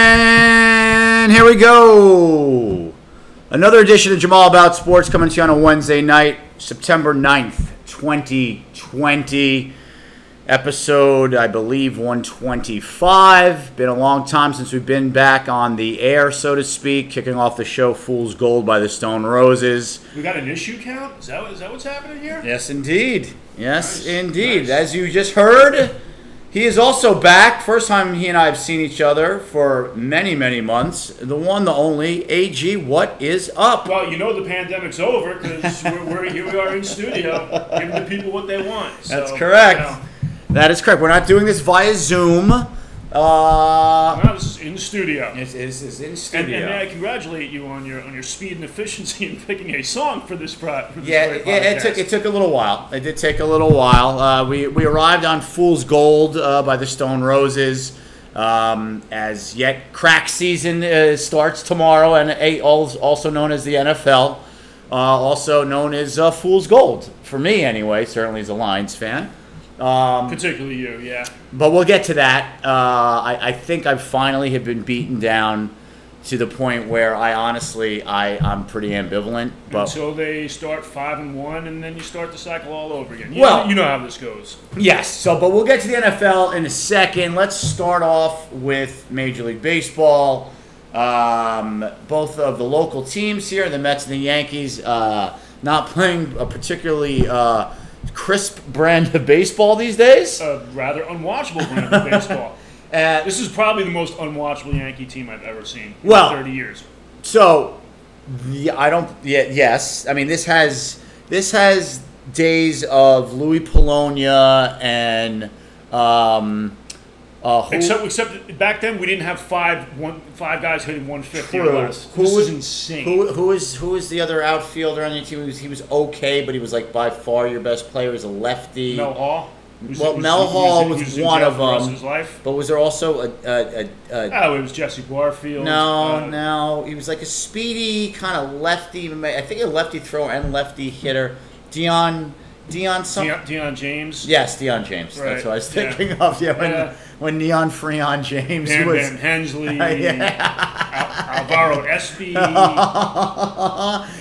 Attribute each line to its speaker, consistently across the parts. Speaker 1: And here we go. Another edition of Jamal About Sports coming to you on a Wednesday night, September 9th, 2020. Episode, I believe, 125. Been a long time since we've been back on the air, so to speak. Kicking off the show Fool's Gold by the Stone Roses.
Speaker 2: We got an issue count? Is that, what- is that what's happening here?
Speaker 1: Yes, indeed. Yes,
Speaker 2: Nice,
Speaker 1: indeed.
Speaker 2: nice.
Speaker 1: As you just heard, he is also back. First time he and I have seen each other for many, many months. The one, the only AG. What is up?
Speaker 2: Well, you know the pandemic's over because we're, we're here. We are in studio, giving the people what they want. So,
Speaker 1: That's correct.
Speaker 2: you know,
Speaker 1: That is correct. We're not doing this via Zoom. Uh,
Speaker 2: well, this is in studio.
Speaker 1: it is it's in
Speaker 2: And, and
Speaker 1: studio.
Speaker 2: may I congratulate you on your on your speed and efficiency in picking a song for this pro. For this
Speaker 1: yeah,
Speaker 2: very
Speaker 1: yeah. It took
Speaker 2: podcast.
Speaker 1: it took a little while. It did take a little while. Uh, we we arrived on Fool's Gold uh, by the Stone Roses. Um, as yet, crack season uh, starts tomorrow, and a, al- also known as the NFL, uh, also known as uh, Fool's Gold for me anyway. Certainly as a Lions fan.
Speaker 2: particularly you. Yeah,
Speaker 1: But we'll get to that. Uh, I, I think I finally have been beaten down to the point where I honestly I I'm pretty ambivalent. But
Speaker 2: until they start five and one, and then you start the cycle all over again. You
Speaker 1: Well-
Speaker 2: know, you know how this goes.
Speaker 1: Yes. So, but we'll get to the NFL in a second. Let's start off with Major League Baseball. Um, both of the local teams here, the Mets and the Yankees, uh, not playing a particularly uh, crisp brand of baseball these days.
Speaker 2: A rather unwatchable brand of baseball.
Speaker 1: Uh,
Speaker 2: This is probably the most unwatchable Yankee team I've ever seen in
Speaker 1: Well-
Speaker 2: 30 years.
Speaker 1: So, yeah, I don't. Yeah, yes. I mean, this has this has days of Louis Polonia and um, uh, who,
Speaker 2: Except, except back then we didn't have five one five guys hitting 150
Speaker 1: True.
Speaker 2: or less.
Speaker 1: Who
Speaker 2: this
Speaker 1: was-
Speaker 2: is insane.
Speaker 1: who who is who is the other outfielder on your team? He was, he was okay, but he was like by far your best player. He was a lefty.
Speaker 2: Mel Hall. Who's-
Speaker 1: Well,
Speaker 2: who's-
Speaker 1: Mel
Speaker 2: who's-
Speaker 1: Hall
Speaker 2: who's-
Speaker 1: was
Speaker 2: who's in
Speaker 1: one
Speaker 2: jail
Speaker 1: of
Speaker 2: for the rest
Speaker 1: them.
Speaker 2: His life.
Speaker 1: But was there also a, a, a, a
Speaker 2: Oh, it was Jesse Barfield.
Speaker 1: no
Speaker 2: uh,
Speaker 1: no? He was like a speedy kind of lefty. ma- I think a lefty thrower and lefty hitter. Dion Dion something.
Speaker 2: Deion, Deion James.
Speaker 1: Yes, Dion James. That's
Speaker 2: Right,
Speaker 1: what I was
Speaker 2: yeah.
Speaker 1: thinking of. Yeah, when
Speaker 2: Yeah.
Speaker 1: when Neon Freon James
Speaker 2: Dan
Speaker 1: was.
Speaker 2: Van Hensley.
Speaker 1: Yeah.
Speaker 2: Al- Alvaro Espy. you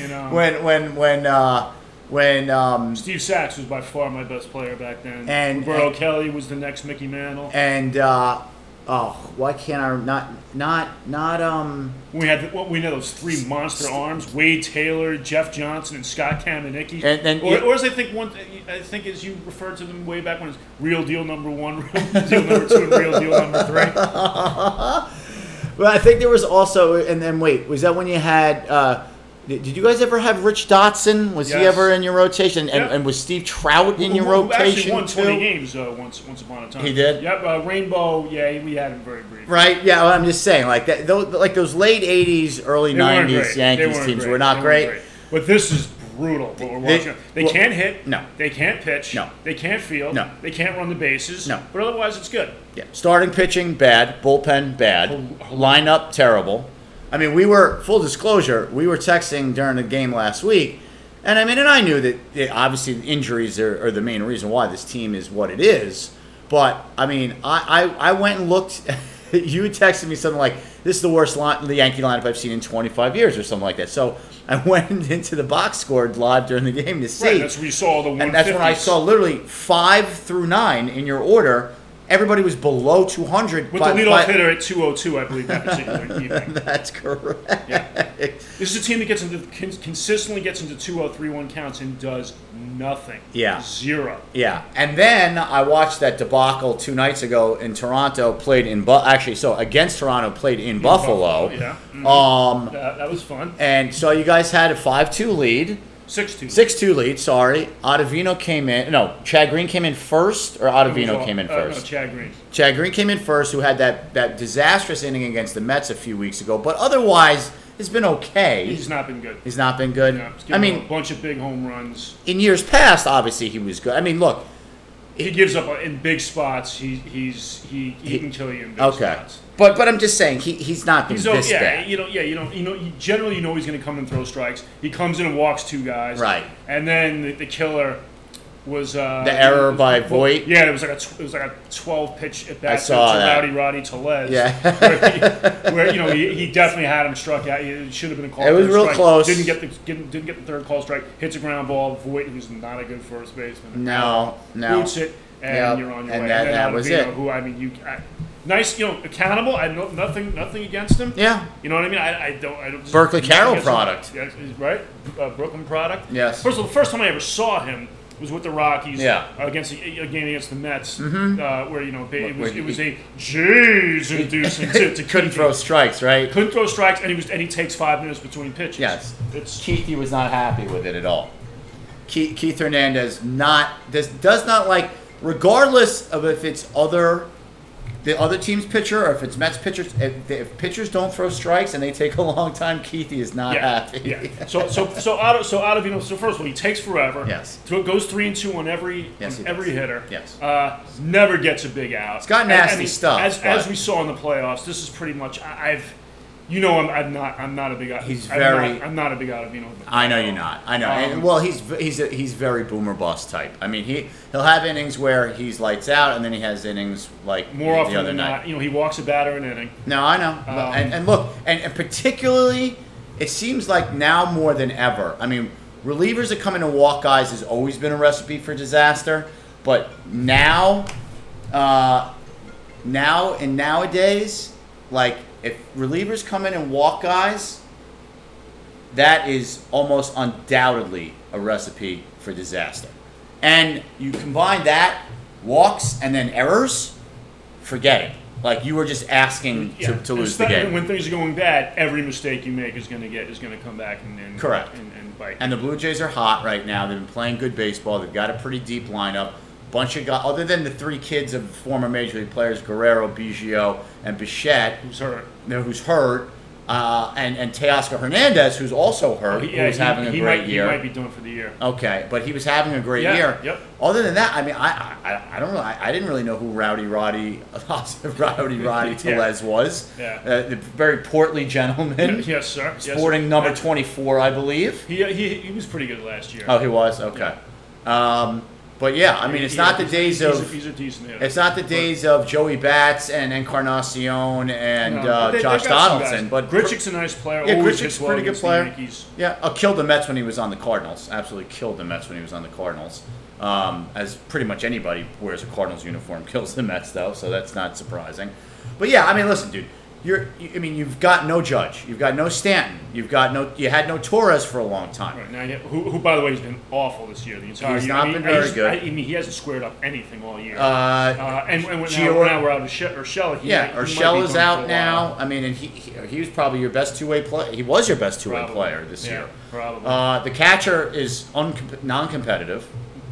Speaker 2: know.
Speaker 1: When when when uh, when um,
Speaker 2: Steve Sachs was by far my best player back then.
Speaker 1: And-
Speaker 2: Roberto
Speaker 1: and-
Speaker 2: Kelly was the next Mickey Mantle.
Speaker 1: and uh, oh, why can't I not not not um.
Speaker 2: we had well, we had those three monster arms: Wade Taylor, Jeff Johnson, and Scott Kamenicki.
Speaker 1: And- and-
Speaker 2: or, or as I think one, I think as you referred to them way back when, it's real deal number one, real deal number two, and real deal number three.
Speaker 1: Well, I think there was also, and then wait, was that when you had? Uh, did did you guys ever have Rich Dotson? Was he
Speaker 2: Yes.
Speaker 1: ever in your rotation? And,
Speaker 2: Yeah.
Speaker 1: and was Steve Trout in your
Speaker 2: Who- who
Speaker 1: rotation
Speaker 2: actually won
Speaker 1: too?
Speaker 2: twenty games uh, once once upon a time.
Speaker 1: He did?
Speaker 2: Yep, uh, Rainbow. Yeah, we had him very brief.
Speaker 1: Right? Yeah, well, I'm just saying, like that, those, like those late '80s, early
Speaker 2: They weren't
Speaker 1: '90s
Speaker 2: great. They
Speaker 1: Yankees
Speaker 2: weren't
Speaker 1: teams
Speaker 2: great.
Speaker 1: were
Speaker 2: They
Speaker 1: not
Speaker 2: weren't
Speaker 1: great.
Speaker 2: But this is brutal. What we're
Speaker 1: They-
Speaker 2: watching. They
Speaker 1: well,
Speaker 2: can't hit.
Speaker 1: no.
Speaker 2: They can't pitch.
Speaker 1: No.
Speaker 2: They can't field.
Speaker 1: No.
Speaker 2: They can't run the bases.
Speaker 1: No.
Speaker 2: But otherwise, it's good.
Speaker 1: Yeah. Starting pitching bad, bullpen bad,
Speaker 2: Hor-
Speaker 1: lineup terrible. I mean, we were full disclosure. We were texting during the game last week, and I mean, and I knew that that obviously the injuries are, are the main reason why this team is what it is. But I mean, I I, I went and looked. you had texted me something like, "This is the worst line, the Yankee lineup I've seen in 25 years" or something like that. So I went into the box score live during the game to see
Speaker 2: Right. That's where you saw the one.
Speaker 1: and that's when I saw literally five through nine in your order. Everybody was below 200.
Speaker 2: With
Speaker 1: by-
Speaker 2: the leadoff
Speaker 1: by-
Speaker 2: hitter at 202, I believe, that particular evening.
Speaker 1: That's correct.
Speaker 2: This is a team that gets into con- consistently gets into 203-1 counts and does nothing.
Speaker 1: Yeah.
Speaker 2: Zero.
Speaker 1: Yeah, and then I watched that debacle two nights ago in Toronto. Played in Bu- actually, so against Toronto, played in, Buffalo.
Speaker 2: Yeah. Mm,
Speaker 1: Um,
Speaker 2: that, that was fun.
Speaker 1: and so you guys had a five-two lead,
Speaker 2: 6-2.
Speaker 1: six-two lead. Sorry, Ottavino came in. No, Chad Green came in first, or Ottavino came in
Speaker 2: Uh, no,
Speaker 1: first.
Speaker 2: Chad Green.
Speaker 1: Chad Green came in first, who had that, that disastrous inning against the Mets a few weeks ago. But otherwise, it's been okay.
Speaker 2: He's not been good.
Speaker 1: He's not been good.
Speaker 2: Yeah, he's
Speaker 1: I
Speaker 2: given up a
Speaker 1: mean,
Speaker 2: bunch of big home runs.
Speaker 1: in years past, obviously he was good. I mean, look,
Speaker 2: He gives up uh, in big spots. He he's he, he,
Speaker 1: He-
Speaker 2: can kill you in big
Speaker 1: okay,
Speaker 2: spots.
Speaker 1: but but I'm just saying he, he's not been
Speaker 2: So
Speaker 1: this
Speaker 2: yeah,
Speaker 1: bad.
Speaker 2: you know, yeah, you know, you know, you generally you know he's going to come and throw strikes. He comes in and walks two guys.
Speaker 1: Right.
Speaker 2: And then the, the killer was uh,
Speaker 1: The error
Speaker 2: it was-
Speaker 1: by Voigt?
Speaker 2: Yeah, it was like a tw- it was like a twelve pitch at bat
Speaker 1: I
Speaker 2: to-
Speaker 1: saw
Speaker 2: to
Speaker 1: that.
Speaker 2: Rowdy Roddy Telez.
Speaker 1: Yeah.
Speaker 2: where, he, where you know he, he definitely had him struck out. It should have been a call.
Speaker 1: It was
Speaker 2: for a
Speaker 1: real
Speaker 2: strike.
Speaker 1: close.
Speaker 2: Didn't get the didn't, didn't get the third call strike. Hits a ground ball. Voigt, who's not a good first baseman.
Speaker 1: No, no.
Speaker 2: Boots it, and
Speaker 1: Yep.
Speaker 2: you're on your
Speaker 1: And
Speaker 2: way.
Speaker 1: that-
Speaker 2: and
Speaker 1: that
Speaker 2: then
Speaker 1: was
Speaker 2: Ottavino,
Speaker 1: it.
Speaker 2: Who I mean, you I, nice, you know, accountable. I know nothing, nothing against him.
Speaker 1: Yeah.
Speaker 2: You know what I mean? I, I don't. I don't.
Speaker 1: Berkeley
Speaker 2: nothing
Speaker 1: Carroll
Speaker 2: against him.
Speaker 1: product.
Speaker 2: Yes, he's right. Uh, Brooklyn product.
Speaker 1: Yes.
Speaker 2: First of all, the first time I ever saw him was with the Rockies.
Speaker 1: Yeah. Mm-hmm.
Speaker 2: Against the, a game against the Mets, uh, where you know it was
Speaker 1: Where
Speaker 2: it was
Speaker 1: he-
Speaker 2: a jeez inducing to, to
Speaker 1: Couldn't
Speaker 2: Keithy.
Speaker 1: throw strikes, right?
Speaker 2: couldn't throw strikes, and he was and he takes five minutes between pitches.
Speaker 1: Yes.
Speaker 2: It's
Speaker 1: Keithy was not happy with it at all. Keith, Keith Hernandez not does does not like regardless of if it's other the other team's pitcher or if it's Mets pitchers if, if pitchers don't throw strikes and they take a long time, Keithy is not
Speaker 2: yeah,
Speaker 1: happy.
Speaker 2: yeah. So so so out of so out of you know so first of all he takes forever.
Speaker 1: Yes.
Speaker 2: Thro- goes three and two on every
Speaker 1: Yes,
Speaker 2: on
Speaker 1: he
Speaker 2: every
Speaker 1: does.
Speaker 2: hitter.
Speaker 1: Yes.
Speaker 2: Uh, never gets a big out. It's
Speaker 1: got nasty stuff,
Speaker 2: As,
Speaker 1: but-
Speaker 2: as we saw in the playoffs, this is pretty much I, I've. You know, I'm, I'm not. I'm not a big.
Speaker 1: He's
Speaker 2: I'm
Speaker 1: very- Uh,
Speaker 2: Not, I'm not a big Ottavino.
Speaker 1: I know you're not. I know.
Speaker 2: Um,
Speaker 1: and, well, he's v- he's a, he's very boomer bust type. I mean, he he'll have innings where he's lights out, and then he has innings like
Speaker 2: More
Speaker 1: the
Speaker 2: often
Speaker 1: other
Speaker 2: than
Speaker 1: night.
Speaker 2: not, you know, he walks a batter an inning.
Speaker 1: No, I know.
Speaker 2: Um,
Speaker 1: and, and look, and, and particularly, it seems like now more than ever. I mean, relievers that come in and walk guys has always been a recipe for disaster, but now, uh, now and nowadays, like if relievers come in and walk guys, that is almost undoubtedly a recipe for disaster. And you combine that walks and then errors, forget it. Like you were just asking to, to lose the
Speaker 2: especially
Speaker 1: game.
Speaker 2: When things are going bad, every mistake you make is going to get is going to come back and, and
Speaker 1: Correct.
Speaker 2: and, and bite.
Speaker 1: And the Blue Jays are hot right now. They've been playing good baseball. They've got a pretty deep lineup. Bunch of guys, other than the three kids of former major league players, Guerrero, Biggio, and Bichette,
Speaker 2: Who's hurt?
Speaker 1: you know, who's hurt, uh, and and Teoscar Hernandez, who's also hurt,
Speaker 2: He-
Speaker 1: who
Speaker 2: yeah,
Speaker 1: was
Speaker 2: he,
Speaker 1: having a
Speaker 2: he
Speaker 1: great
Speaker 2: might,
Speaker 1: year.
Speaker 2: He might be done for the year.
Speaker 1: Okay, but he was having a great
Speaker 2: Yeah,
Speaker 1: year.
Speaker 2: yep.
Speaker 1: Other than that, I mean, I I- I, I don't know. I, I didn't really know who Rowdy Roddy Rowdy Roddy
Speaker 2: Yeah.
Speaker 1: Telez was.
Speaker 2: Yeah.
Speaker 1: Uh, the very portly gentleman,
Speaker 2: yes, sir. Yes, sir.
Speaker 1: sporting number
Speaker 2: Uh,
Speaker 1: twenty four, I believe.
Speaker 2: He, he he was pretty good last year.
Speaker 1: Oh, he was okay. Um, but yeah, I mean, it's
Speaker 2: He-
Speaker 1: not the days
Speaker 2: he's- he's,
Speaker 1: of
Speaker 2: He's a decent hitter.
Speaker 1: it's not the days of Joey Bats and Encarnacion and
Speaker 2: No,
Speaker 1: uh,
Speaker 2: Um, but they- they
Speaker 1: Josh
Speaker 2: got some guys.
Speaker 1: Donaldson, but
Speaker 2: Gritchick's a nice player.
Speaker 1: yeah,
Speaker 2: always
Speaker 1: Gritchick's
Speaker 2: hits
Speaker 1: a
Speaker 2: well
Speaker 1: pretty good
Speaker 2: against the
Speaker 1: player.
Speaker 2: Yankees.
Speaker 1: Yeah, uh, killed the Mets when he was on the Cardinals. Absolutely killed the Mets when he was on the Cardinals. Um, as pretty much anybody wears a Cardinals uniform kills the Mets, though, so that's not surprising. But yeah, I mean, listen, dude, you're. You, I mean, you've got no Judge, you've got no Stanton, you've got no. You had no Torres for a long time.
Speaker 2: Right now, yeah, who, who by the way has been awful this year the entire
Speaker 1: He's
Speaker 2: year.
Speaker 1: not
Speaker 2: I mean,
Speaker 1: been very
Speaker 2: I just-
Speaker 1: good.
Speaker 2: I, I mean, he hasn't squared up anything all year.
Speaker 1: Uh,
Speaker 2: Uh, and and now,
Speaker 1: Gior-
Speaker 2: now we're out of Shell. Or Shell. He,
Speaker 1: yeah,
Speaker 2: he might be
Speaker 1: Urshel is
Speaker 2: gone for a
Speaker 1: out
Speaker 2: while,
Speaker 1: now. I mean, and he, he he was probably your best two way player. He was your best two way
Speaker 2: probably.
Speaker 1: player this
Speaker 2: Yeah,
Speaker 1: year.
Speaker 2: Probably.
Speaker 1: Uh, the catcher is uncom- non competitive.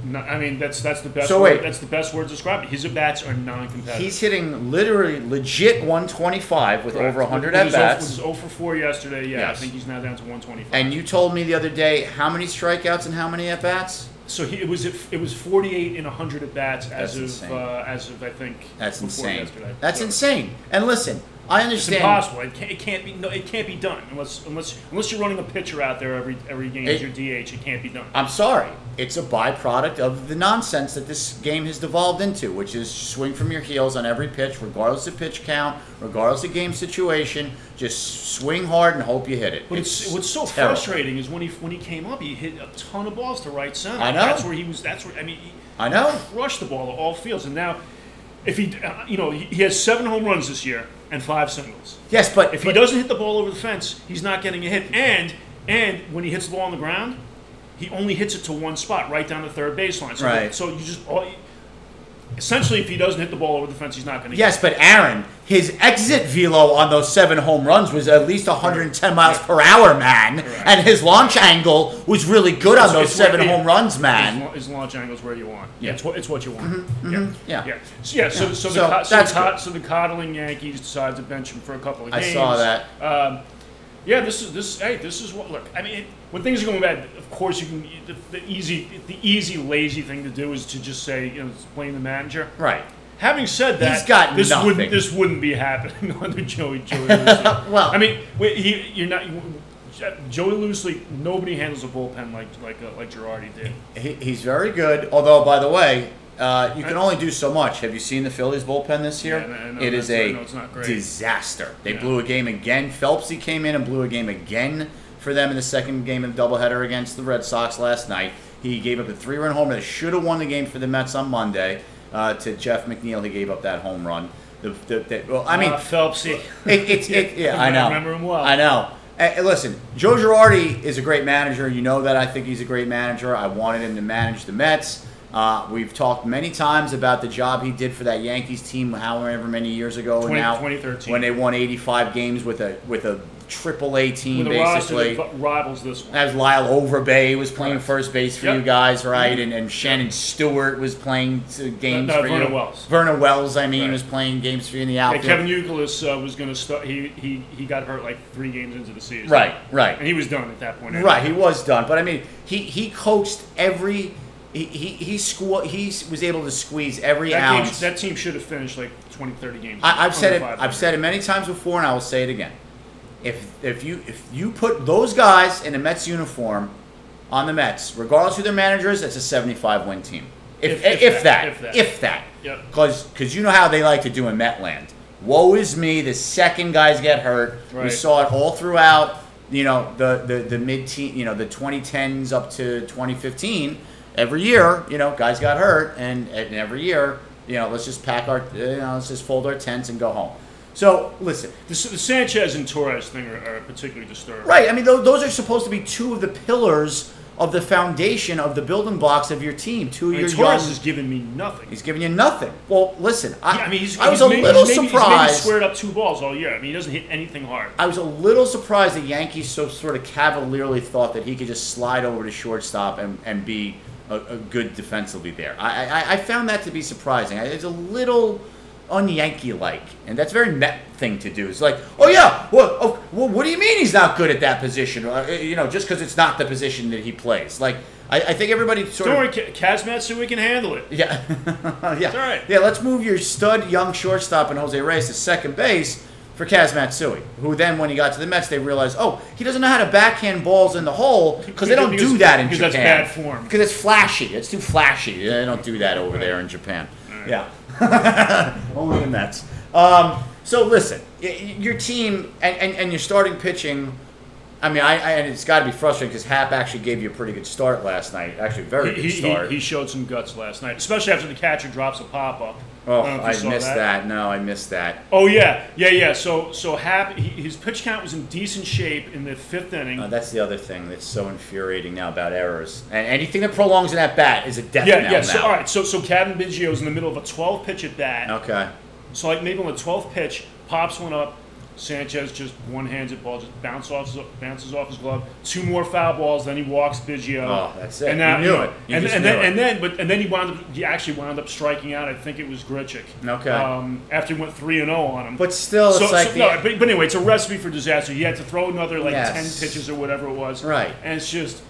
Speaker 2: No, I mean, that's that's the best.
Speaker 1: So
Speaker 2: word,
Speaker 1: wait.
Speaker 2: that's the best word to describe it. His at bats are non-competitive.
Speaker 1: He's hitting literally legit 125 with
Speaker 2: Correct.
Speaker 1: over 100
Speaker 2: He
Speaker 1: at
Speaker 2: was 0
Speaker 1: bats.
Speaker 2: He was 0 for 4 yesterday. Yeah,
Speaker 1: Yes.
Speaker 2: I think he's now down to 125.
Speaker 1: And you told me the other day how many strikeouts and how many at bats?
Speaker 2: so he, it was at- it was 48 and 100 at bats
Speaker 1: That's
Speaker 2: as of
Speaker 1: insane.
Speaker 2: uh, as of I think
Speaker 1: That's
Speaker 2: before
Speaker 1: insane.
Speaker 2: yesterday.
Speaker 1: That's
Speaker 2: So
Speaker 1: insane. And listen, I
Speaker 2: It's
Speaker 1: understand.
Speaker 2: impossible. It can't, it can't be. No, it can't be done unless unless unless you're running a pitcher out there every every game as
Speaker 1: It-
Speaker 2: your DH. It can't be done.
Speaker 1: I'm sorry. It's a byproduct of the nonsense that this game has devolved into, which is swing from your heels on every pitch, regardless of pitch count, regardless of game situation. Just swing hard and hope you hit it.
Speaker 2: But it's, what's so
Speaker 1: terrible.
Speaker 2: frustrating is when he when he came up, he hit a ton of balls to right center.
Speaker 1: I know.
Speaker 2: That's where he was. That's where I mean. He,
Speaker 1: I know.
Speaker 2: crushed the ball to all fields, and now if he, uh, you know, he, he has seven home runs this year and five singles.
Speaker 1: Yes, but
Speaker 2: If
Speaker 1: but-
Speaker 2: he doesn't hit the ball over the fence, he's not getting a hit. And and when he hits the ball on the ground, he only hits it to one spot, right down the third baseline. So,
Speaker 1: Right.
Speaker 2: So you just all, essentially, if he doesn't hit the ball over the fence, he's not going to.
Speaker 1: Yes, but Aaron, his exit velo on those seven home runs was at least 110 miles per hour, man. And his launch angle was really good on
Speaker 2: It's-
Speaker 1: those
Speaker 2: it's where
Speaker 1: seven
Speaker 2: he-
Speaker 1: home runs,
Speaker 2: His,
Speaker 1: man.
Speaker 2: la- his launch angle is where you want.
Speaker 1: Yeah. Mm-hmm.
Speaker 2: It's what it's what you want. Yeah.
Speaker 1: yeah.
Speaker 2: So, yeah. So so,
Speaker 1: So
Speaker 2: the, co- so,
Speaker 1: that's
Speaker 2: the co- so the coddling Yankees decide to bench him for a couple of
Speaker 1: I
Speaker 2: games.
Speaker 1: saw that.
Speaker 2: Um, yeah. This is this. Hey, this is what. Look, I mean, it, when things are going bad, of course you can. The, the easy, the easy, lazy thing to do is to just say, you know, blame the manager.
Speaker 1: Right.
Speaker 2: Having said that,
Speaker 1: He's got
Speaker 2: this
Speaker 1: nothing.
Speaker 2: wouldn't this wouldn't be happening under Joey Joey. Well,
Speaker 1: Well-
Speaker 2: I mean, wait, he, you're not. You, Joey loosely, nobody handles a bullpen like like uh, like Girardi did.
Speaker 1: He, he's very good. Although, by the way, uh, you can
Speaker 2: I-
Speaker 1: only do so much. Have you seen the Phillies bullpen this year?
Speaker 2: Yeah, I know,
Speaker 1: it is
Speaker 2: that's-
Speaker 1: a
Speaker 2: I know it's not great.
Speaker 1: disaster. They
Speaker 2: Yeah.
Speaker 1: blew a game again. Phelpsy came in and blew a game again for them in the second game of doubleheader against the Red Sox last night. He gave up a three-run home run. that Should have won the game for the Mets on Monday uh, to Jeff McNeil. He gave up that home run. The, the, the, well, I mean,
Speaker 2: uh, Phelpsy.
Speaker 1: it, it's it, yeah, I
Speaker 2: I
Speaker 1: know.
Speaker 2: remember him well.
Speaker 1: I know. And- and listen, Joe Girardi is a great manager. You know that. I think he's a great manager. I wanted him to manage the Mets. Uh, we've talked many times about the job he did for that Yankees team, however many years ago
Speaker 2: 20
Speaker 1: now,
Speaker 2: 2013.
Speaker 1: when they won 85 games with a with a Triple A team,
Speaker 2: With a roster
Speaker 1: basically.
Speaker 2: that fu- rivals this one.
Speaker 1: That was Lyle Overbay was playing
Speaker 2: Right.
Speaker 1: first base for
Speaker 2: Yep. Mm-hmm.
Speaker 1: you guys, right? And, and Shannon Stewart was playing uh, games
Speaker 2: no,
Speaker 1: for
Speaker 2: Vernon
Speaker 1: you.
Speaker 2: Wells.
Speaker 1: Vernon Wells, I mean,
Speaker 2: Right.
Speaker 1: was playing games for you in the
Speaker 2: Yeah,
Speaker 1: outfield.
Speaker 2: Kevin Youkilis uh, was going to start. He, he he got hurt like three games into the season.
Speaker 1: Right, right.
Speaker 2: And he was done at that point. anyway.
Speaker 1: Right, he was done, but I mean, he he coached every he he he, squ- he s- was able to squeeze every
Speaker 2: That, game,
Speaker 1: ounce.
Speaker 2: that team should have finished like 20, 30 games.
Speaker 1: I, I've said
Speaker 2: under
Speaker 1: it.
Speaker 2: 500.
Speaker 1: I've said it many times before, and I will say it again. If if you if you put those guys in a Mets uniform on the Mets, regardless who their manager is, that's a seventy-five win team. If if,
Speaker 2: If-
Speaker 1: that,
Speaker 2: if that, if that.
Speaker 1: if that,
Speaker 2: Yep.
Speaker 1: because you know how they like to do in Metland. Woe is me. The second guys get hurt. We
Speaker 2: Right.
Speaker 1: saw it all throughout. You know the the the mid teen. You know the 2010s up to 2015. Every year, you know, guys got hurt, and, and every year, you know, let's just pack our, you know, let's just fold our tents and go home. So listen,
Speaker 2: The, S- the Sanchez and Torres thing are, are particularly disturbing.
Speaker 1: Right. I mean, those, those are supposed to be two of the pillars of the foundation of the building blocks of your team. Two of
Speaker 2: I
Speaker 1: your
Speaker 2: mean, Torres
Speaker 1: young.
Speaker 2: has given me nothing.
Speaker 1: he's giving you nothing. Well, listen, I,
Speaker 2: Yeah, I mean, he's,
Speaker 1: I was
Speaker 2: he's
Speaker 1: a
Speaker 2: maybe-
Speaker 1: little
Speaker 2: he's maybe, He's maybe
Speaker 1: surprised.
Speaker 2: squared up two balls all year. I mean, he doesn't hit anything hard.
Speaker 1: I was a little surprised the Yankees so sort of cavalierly thought that he could just slide over to shortstop and, and be a, a good defensively there. I, I, I found that to be surprising. I- It's a little un-Yankee like, and that's a very Met thing to do. It's like, oh yeah, well, oh, well what do you mean he's not good at that position? Uh, you know, just because it's not the position that he plays. Like, I, I think everybody sort
Speaker 2: Don't
Speaker 1: of
Speaker 2: worry, Ka- Kazmatsu, we can handle it.
Speaker 1: yeah, yeah,
Speaker 2: all right.
Speaker 1: yeah. Let's move your stud young shortstop and Jose Reyes to second base for Kaz Matsui, who then, when he got to the Mets, they realized, oh, he doesn't know how to backhand balls in the hole because they don't
Speaker 2: Because-
Speaker 1: do that in
Speaker 2: because that's
Speaker 1: Japan.
Speaker 2: bad form.
Speaker 1: Because it's flashy. It's too flashy. They don't do that over there in Japan. Yeah. Only the Mets. Um, so listen, y- y- your team and, and, and your starting pitching. I mean, I, I and it's got to be frustrating because Hap actually gave you a pretty good start last night. Actually, a very
Speaker 2: He,
Speaker 1: good
Speaker 2: he-
Speaker 1: start.
Speaker 2: he showed some guts last night, especially after the catcher drops a pop up.
Speaker 1: oh, I missed that. No, I missed that.
Speaker 2: Oh yeah, yeah, yeah. So so Hap, he, his pitch count was in decent shape in the fifth inning.
Speaker 1: Uh, that's the other thing that's so infuriating now about errors. And anything that prolongs an at bat is a death
Speaker 2: yeah,
Speaker 1: knell
Speaker 2: yeah. So
Speaker 1: now.
Speaker 2: all right, so so Kevin Biggio's in the middle of a 12 pitch at bat.
Speaker 1: Okay.
Speaker 2: So like maybe on the 12th pitch, pops one up. Sanchez just one hands it ball, just bounce off, bounces off his glove. Two more foul balls, then he walks Biggio.
Speaker 1: Oh, that's it.
Speaker 2: And
Speaker 1: You
Speaker 2: now,
Speaker 1: knew it. You
Speaker 2: and,
Speaker 1: just
Speaker 2: and
Speaker 1: knew
Speaker 2: then,
Speaker 1: it.
Speaker 2: and then, but and then he wound up. He actually wound up striking out. I think it was Grichik.
Speaker 1: Okay.
Speaker 2: Um, after he went three and zero on him.
Speaker 1: But still, Oh, it's
Speaker 2: so,
Speaker 1: like
Speaker 2: so
Speaker 1: the-
Speaker 2: no, but, but anyway, it's a recipe for disaster. He had to throw another like
Speaker 1: Yes.
Speaker 2: ten pitches or whatever it was.
Speaker 1: Right.
Speaker 2: And it's just,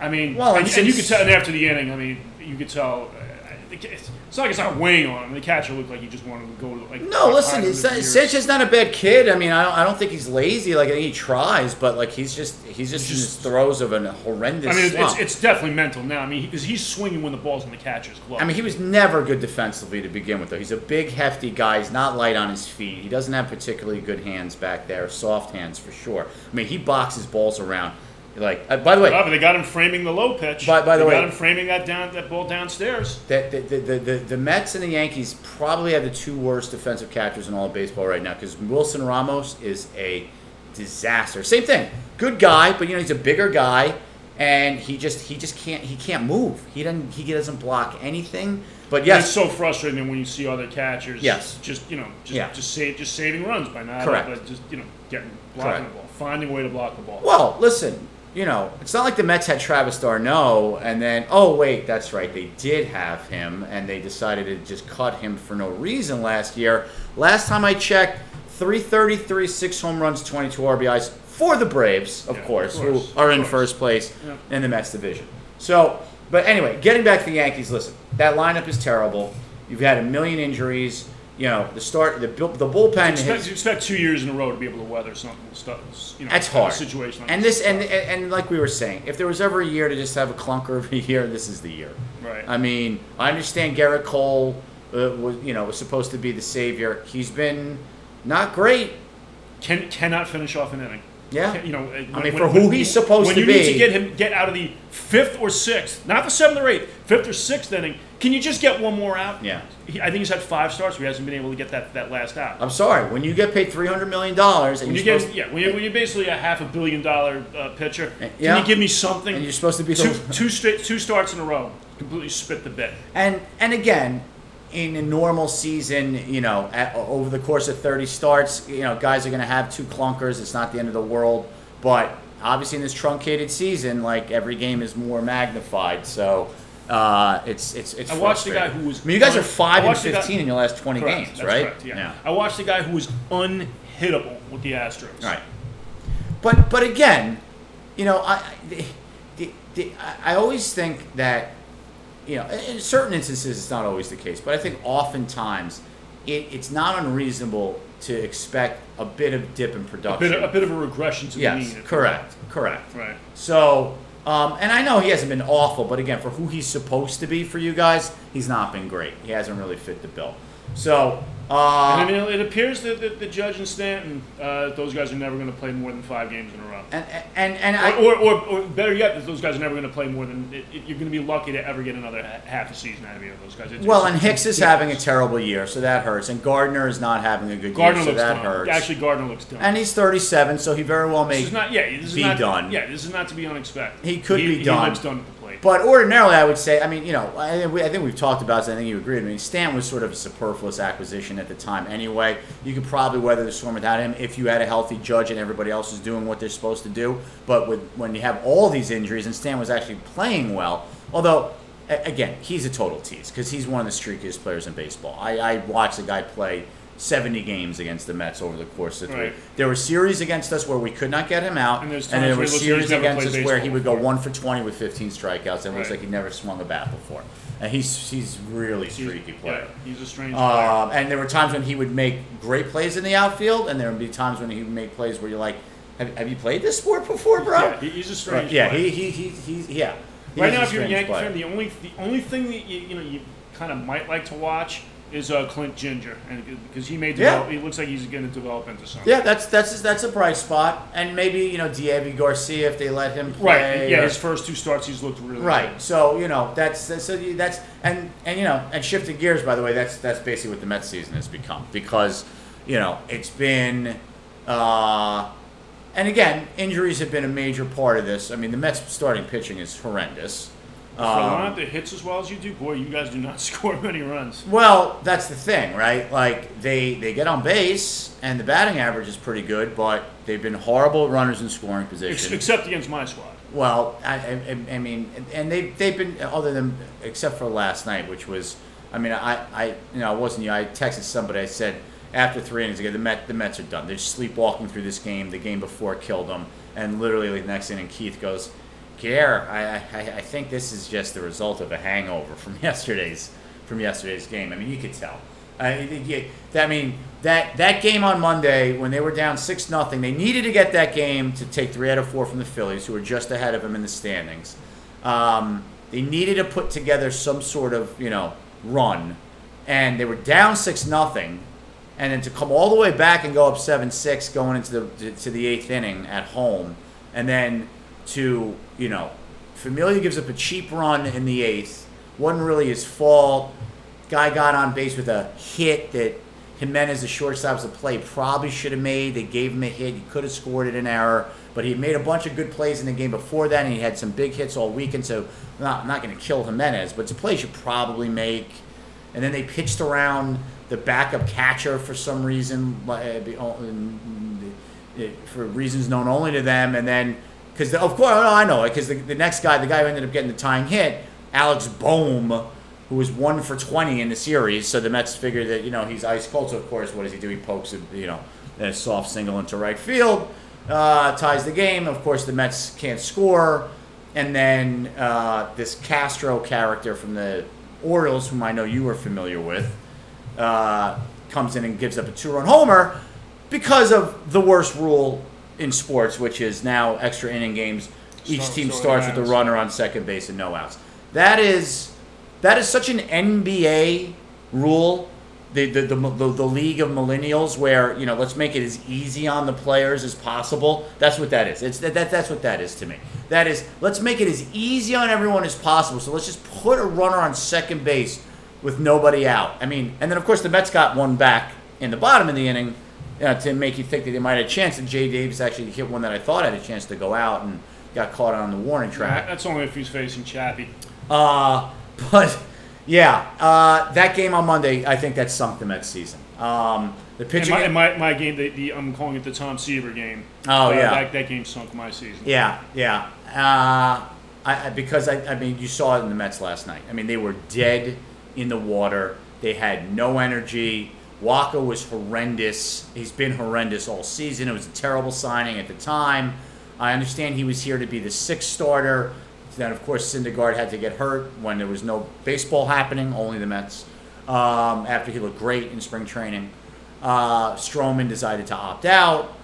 Speaker 2: I mean,
Speaker 1: Well,
Speaker 2: and,
Speaker 1: and
Speaker 2: and you could
Speaker 1: since-
Speaker 2: tell. And after the inning, I mean, you could tell. uh, the ca- It's it's not like it's not weighing on him. The catcher looked like he just wanted to go to like.
Speaker 1: No,
Speaker 2: high
Speaker 1: listen,
Speaker 2: in
Speaker 1: it's
Speaker 2: the
Speaker 1: not,
Speaker 2: gears.
Speaker 1: Sanchez not a bad kid. I mean, I don't, I don't think he's lazy. Like I think he tries, but like he's just he's just, in his
Speaker 2: Just-
Speaker 1: throes of an horrendous.
Speaker 2: I mean, it's, it's,
Speaker 1: slump.
Speaker 2: it's definitely mental now. I mean, because he's swinging when the ball's in the catcher's glove.
Speaker 1: I mean, he was never good defensively to begin with, though. He's a big, hefty guy. He's not light on his feet. He doesn't have particularly good hands back there, soft hands for sure. I mean, he boxes balls around. Like, uh, by the way,
Speaker 2: Oh, but they got him framing the low pitch.
Speaker 1: By- by the
Speaker 2: they
Speaker 1: way-
Speaker 2: got him framing that down that ball downstairs.
Speaker 1: that the, the, the, the, the Mets and the Yankees probably have the two worst defensive catchers in all of baseball right now because Wilson Ramos is a disaster. Same thing, good guy, but you know he's a bigger guy, and he just he just can't he can't move. He doesn't he doesn't block anything. But
Speaker 2: And
Speaker 1: yes,
Speaker 2: It's so frustrating when you see other catchers.
Speaker 1: Yes.
Speaker 2: Just you know, just
Speaker 1: Yeah.
Speaker 2: just save just saving runs by not
Speaker 1: Correct.
Speaker 2: but just you know getting blocking
Speaker 1: Correct.
Speaker 2: the ball, finding a way to block the ball.
Speaker 1: well, listen, you know it's not like the Mets had Travis Darno and then oh wait that's right they did have him and they decided to just cut him for no reason last year. Last time I checked, 333, six home runs, 22 RBIs for the Braves, of
Speaker 2: Yeah, of
Speaker 1: course,
Speaker 2: course,
Speaker 1: who are in
Speaker 2: of course.
Speaker 1: first place
Speaker 2: Yeah.
Speaker 1: in the Mets division. So, but anyway, getting back to the Yankees, listen, that lineup is terrible. You've had a million injuries. You know, the start, the bu- the bullpen.
Speaker 2: Expect,
Speaker 1: has-
Speaker 2: you expect two years in a row to be able to weather something. Stuff, you know,
Speaker 1: That's hard.
Speaker 2: A situation. Like
Speaker 1: and this, and, and and like we were saying, if there was ever a year to just have a clunker of a year, this is the year.
Speaker 2: Right.
Speaker 1: I mean, I understand Garrett Cole uh, was, you know, was supposed to be the savior. He's been not great.
Speaker 2: can cannot finish off an inning.
Speaker 1: Yeah.
Speaker 2: Can- you know, when,
Speaker 1: mean, for who he's supposed
Speaker 2: when
Speaker 1: to
Speaker 2: you need
Speaker 1: be-
Speaker 2: to get him get out of the fifth or sixth, not the seventh or eighth, fifth or sixth inning. Can you just get one more out?
Speaker 1: Yeah.
Speaker 2: He, I think he's had five starts. where He hasn't been able to get that, that last out.
Speaker 1: I'm sorry. When you get paid three hundred million dollars and
Speaker 2: when you
Speaker 1: you're
Speaker 2: get
Speaker 1: supposed,
Speaker 2: yeah, when, you, when you're basically a half a billion dollar uh, pitcher,
Speaker 1: yeah.
Speaker 2: can you give me something?
Speaker 1: and you're supposed to be
Speaker 2: two,
Speaker 1: the
Speaker 2: two straight two starts in a row, completely spit the bit.
Speaker 1: And and again, in a normal season, you know, at, over the course of 30 starts, you know, guys are going to have two clunkers. It's not the end of the world, but obviously in this truncated season, like every game is more magnified. So uh, it's it's it's.
Speaker 2: I watched a
Speaker 1: frustrating.
Speaker 2: guy who was
Speaker 1: I mean, you guys
Speaker 2: un-
Speaker 1: are five
Speaker 2: I
Speaker 1: and
Speaker 2: watched a guy-
Speaker 1: 15 in your last 20
Speaker 2: Correct.
Speaker 1: games,
Speaker 2: That's
Speaker 1: right?
Speaker 2: correct, yeah. I watched a guy who was unhittable with the Astros.
Speaker 1: All right. But but again, you know, I I- the, the, the, I I always think that you know, in in certain instances, it's not always the case, but I think oftentimes it, it's not unreasonable to expect a bit of dip in
Speaker 2: A
Speaker 1: production.
Speaker 2: bit, of, a bit of a regression to the mean.
Speaker 1: yes,
Speaker 2: if you will.
Speaker 1: correct, correct.
Speaker 2: Right.
Speaker 1: So, um, and I know he hasn't been awful, but again, for who he's supposed to be for you guys, he's not been great. He hasn't really fit the bill. So, uh,
Speaker 2: And I mean, it appears that the, the judge and Stanton, uh, those guys are never going to play more than five games in a row.
Speaker 1: and and and I,
Speaker 2: Or, or, or, or better yet, that those guys are never going to play more than. It, it- you're going to be lucky to ever get another ha- half a season out of either of those guys. It's-
Speaker 1: Well,
Speaker 2: it's-
Speaker 1: and Hicks is
Speaker 2: yeah.
Speaker 1: having a terrible year, so that hurts. And Gardner is not having a good
Speaker 2: Gardner
Speaker 1: year, so
Speaker 2: looks
Speaker 1: that
Speaker 2: done.
Speaker 1: hurts.
Speaker 2: Actually, Gardner looks done.
Speaker 1: and he's 37, so he very well
Speaker 2: this
Speaker 1: may.
Speaker 2: is not. Yeah, this is
Speaker 1: be
Speaker 2: not,
Speaker 1: done.
Speaker 2: Yeah, this is not to be unexpected.
Speaker 1: He could be
Speaker 2: He
Speaker 1: done.
Speaker 2: looks done at the plate.
Speaker 1: But ordinarily, I would say, I mean, you know, I, think we- I think we've talked about this. I think you agreed. I mean, Stan was sort of a superfluous acquisition at the time anyway. You could probably weather the storm without him if you had a healthy judge and everybody else is doing what they're supposed to do. But with, when you have all these injuries and Stan was actually playing well, although, a- again, he's a total tease because he's one of the streakiest players in baseball. I, I watched a guy play 70 games against the Mets over the course of three.
Speaker 2: Right.
Speaker 1: There were series against us where we could not get him out,
Speaker 2: And
Speaker 1: and,
Speaker 2: there's times
Speaker 1: there
Speaker 2: where
Speaker 1: were
Speaker 2: it looks like
Speaker 1: series
Speaker 2: he's never
Speaker 1: against us
Speaker 2: played
Speaker 1: where he
Speaker 2: baseball
Speaker 1: would go
Speaker 2: before.
Speaker 1: one for 20 with 15 strikeouts. and It looks
Speaker 2: Right.
Speaker 1: like he never swung a bat before. And he's he's really streaky player.
Speaker 2: Yeah, he's a strange player.
Speaker 1: Um, and there were times when he would make great plays in the outfield, and there would be times when he would make plays where you're like, "Have, have you played this sport before, bro?"
Speaker 2: Yeah, he- he's a strange.
Speaker 1: Right, yeah,
Speaker 2: player.
Speaker 1: he, he, he, he, yeah. He
Speaker 2: Right
Speaker 1: is
Speaker 2: now, if you're a
Speaker 1: strange
Speaker 2: Yankee
Speaker 1: player.
Speaker 2: fan, the only the only thing that you, you know you kind of might like to watch is uh, Clint Ginger, and because he may develop, he looks like he's going to develop into something.
Speaker 1: yeah, that's that's that's a bright spot, and maybe you know Diego Garcia if they let him play.
Speaker 2: Right. and yeah.
Speaker 1: or-
Speaker 2: His first two starts, he's looked really
Speaker 1: Right. So you know that's that's- so you- that's and and you know and shifting gears by the way that's that's basically what the Mets season has become because you know it's been uh and again injuries have been a major part of this. I mean the Mets starting pitching is horrendous.
Speaker 2: Good. For
Speaker 1: Um,
Speaker 2: a lineup that hits as well as you do, boy, you guys do not score many runs.
Speaker 1: Well, that's the thing, right? Like they they get on base and the batting average is pretty good, but they've been horrible runners in scoring
Speaker 2: Ex-
Speaker 1: position.
Speaker 2: except against my squad.
Speaker 1: Well, I, I, I mean, and they they've been other than except for last night, which was, I mean, I, I you know I wasn't you. I texted somebody. I said after three innings, again, the Met the Mets are done. They're sleepwalking through this game. The game before killed them, and literally the next inning, Keith goes, "Gare, I, I I think this is just the result of a hangover from yesterday's from yesterday's game. I mean, you could tell. I, yeah, I mean that that game on Monday when they were down six nothing, they needed to get that game to take three out of four from the Phillies, who were just ahead of them in the standings. Um, they needed to put together some sort of you know run, and they were down six nothing, and then to come all the way back and go up seven six going into the to the eighth inning at home, and then to you know, Familia gives up a cheap run in the eighth, wasn't really his fault. Guy got on base with a hit that Jimenez, the shortstop's the play, probably should have made. They gave him a hit. He could have scored it an error, but he made a bunch of good plays in the game before that, and he had some big hits all weekend. So not, I'm not going to kill Jimenez, but it's a play you should probably make. And then they pitched around the backup catcher for some reason, uh, be- uh, for reasons known only to them. And then, because of course, no, I know it, because the, the next guy, the guy who ended up getting the tying hit, Alex Bohm, who was one for 20 in the series. So the Mets figured that, you know, he's ice cold. So, of course, what does he do? He pokes, a, you know, a soft single into right field, uh, ties the game. Of course, the Mets can't score. And then uh, this Castro character from the Orioles, whom I know you were familiar with, uh, comes in and gives up a two-run homer because of the worst rule in sports, which is now extra inning games. Each
Speaker 2: Start-
Speaker 1: team
Speaker 2: start
Speaker 1: starts
Speaker 2: with
Speaker 1: with a
Speaker 2: outs.
Speaker 1: runner on second base and no outs. That is that is such an NBA rule. The, the, the, the, the league of millennials where you know let's make it as easy on the players as possible that's what that is it's that, that that's what that is to me that is let's make it as easy on everyone as possible so let's just put a runner on second base with nobody out i mean and then of course the mets got one back in the bottom of the inning you know, to make you think that they might have a chance and jay davis actually hit one that i thought had a chance to go out and got caught on the warning track
Speaker 2: That's only if he's facing Chappie.
Speaker 1: uh, but yeah, uh, that game on Monday, I think that sunk the Mets season. Um, the
Speaker 2: And
Speaker 1: pitching,
Speaker 2: my, and my, my game, the, the, I'm calling it the Tom Seaver game. Uh,
Speaker 1: Oh, yeah.
Speaker 2: That, that game sunk my season.
Speaker 1: yeah, yeah, uh, I, I, because I, I mean, you saw it in the Mets last night. I mean, they were dead in the water. They had no energy. Waka was horrendous. He's been horrendous all season. It was a terrible signing at the time. I understand he was here to be the sixth starter. Then, of course, Syndergaard had to get hurt when there was no baseball happening, only the Mets. Um, after he looked great in spring training, uh, Stroman decided to opt out.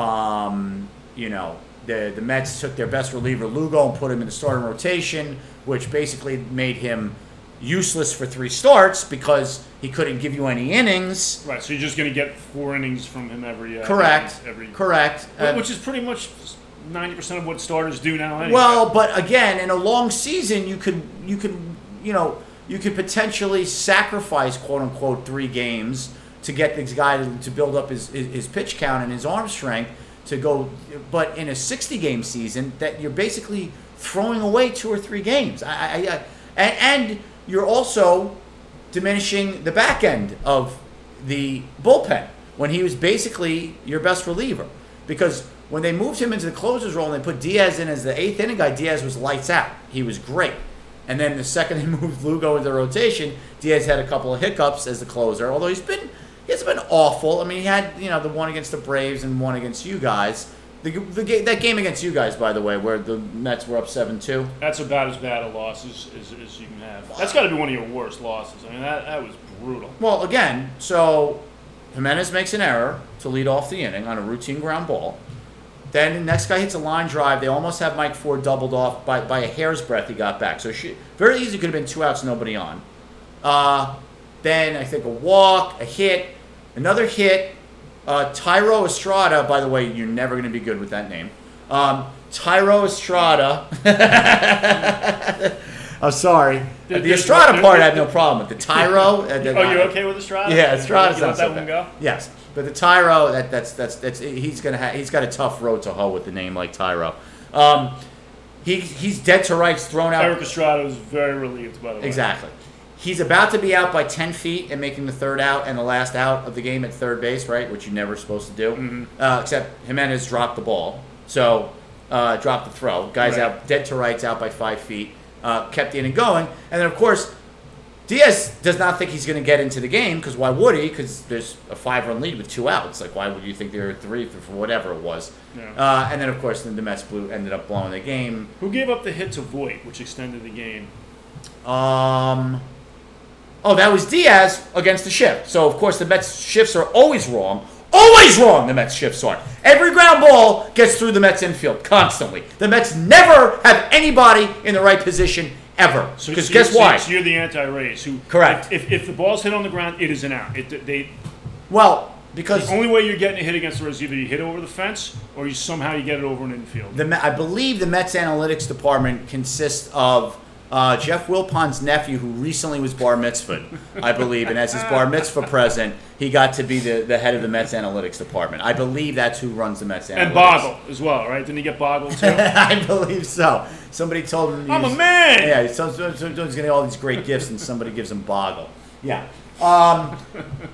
Speaker 1: Um, you know, the the Mets took their best reliever Lugo and put him in the starting rotation, which basically made him useless for three starts because he couldn't give you any innings.
Speaker 2: Right, so you're just going to get four innings from him every uh,
Speaker 1: Correct.
Speaker 2: Every,
Speaker 1: Correct. Uh,
Speaker 2: which is pretty much 90% of what starters do now. Anyway.
Speaker 1: Well, but again, in a long season, you could you could you know you could potentially sacrifice quote unquote three games to get this guy to, to build up his, his his pitch count and his arm strength to go. But in a sixty game season, that you're basically throwing away two or three games. I, I, I and, and you're also diminishing the back end of the bullpen when he was basically your best reliever. Because when they moved him into the closer's role and they put Diaz in as the eighth inning guy, Diaz was lights out. He was great. And then the second they moved Lugo into the rotation, Diaz had a couple of hiccups as the closer. Although he's been he has been awful. I mean, he had you know the one against the Braves and one against you guys. The, the ga- that game against you guys, by the way, where the Mets were up seven two.
Speaker 2: That's about as bad a loss as, as, as you can have. That's got to be one of your worst losses. I mean, that, that was brutal.
Speaker 1: Well, again, so Jimenez makes an error to lead off the inning on a routine ground ball. Then the next guy hits a line drive. They almost have Mike Ford doubled off by, by a hair's breadth. He got back. So she, very easy could have been two outs, nobody on. Uh, then I think a walk, a hit, another hit. Uh, Tyro Estrada, by the way, you're never going to be good with that name. Um, Tyro Estrada. I'm sorry.
Speaker 2: There-
Speaker 1: the
Speaker 2: there's-
Speaker 1: Estrada
Speaker 2: there-
Speaker 1: part I
Speaker 2: there-
Speaker 1: have no problem with. The Tyro. uh, the-
Speaker 2: Oh, you're okay with Estrada?
Speaker 1: yeah, Estrada's
Speaker 2: You let
Speaker 1: not
Speaker 2: that
Speaker 1: so
Speaker 2: one
Speaker 1: bad.
Speaker 2: go?
Speaker 1: Yes, but the Tyro that that's that's that's he's gonna ha- he's got a tough road to hoe with a name like Tyro. Um, he he's dead to rights, thrown out
Speaker 2: Eric Estrada was very relieved, by the way.
Speaker 1: exactly. He's about to be out by ten feet and making the third out and the last out of the game at third base, right? Which you're never supposed to do.
Speaker 2: Mm-hmm.
Speaker 1: Uh, except Jimenez dropped the ball, so uh, dropped the throw. Guys
Speaker 2: Right.
Speaker 1: out dead to rights, out by five feet. Uh, kept the inning going, and then of course Diaz does not think he's going to get into the game because why would he? Because there's a five-run lead with two outs. Like why would you think there were three for whatever it was?
Speaker 2: Yeah.
Speaker 1: Uh, and then of course then the Mets blew ended up blowing the game.
Speaker 2: Who gave up the hit to Voight, which extended the game?
Speaker 1: Um, oh, that was Diaz against the shift. So of course the Mets shifts are always wrong. Always wrong. The Mets shifts are. Every ground ball gets through the Mets infield constantly. The Mets never have anybody in the right position ever.
Speaker 2: So
Speaker 1: Because
Speaker 2: so
Speaker 1: guess
Speaker 2: you're- so
Speaker 1: why?
Speaker 2: so you're the anti-Rays. Who
Speaker 1: Correct.
Speaker 2: If, if the ball's hit on the ground, it is an out. It, they
Speaker 1: Well, because
Speaker 2: only way you're getting a hit against the Rays is either you hit it over the fence or you somehow you get it over an infield.
Speaker 1: The, Me- I believe the Mets analytics department consists of uh, Jeff Wilpon's nephew, who recently was bar mitzvahed, I believe, and as his bar mitzvah present, he got to be the, the head of the Mets analytics department. I believe that's who runs the Mets analytics.
Speaker 2: and Boggle as well, right? Didn't he get Boggle too?
Speaker 1: I believe so. Somebody told him. he
Speaker 2: I'm a
Speaker 1: was-
Speaker 2: man!
Speaker 1: Yeah, so, so, so, so he's getting all these great gifts, and somebody gives him Boggle. Yeah. Um,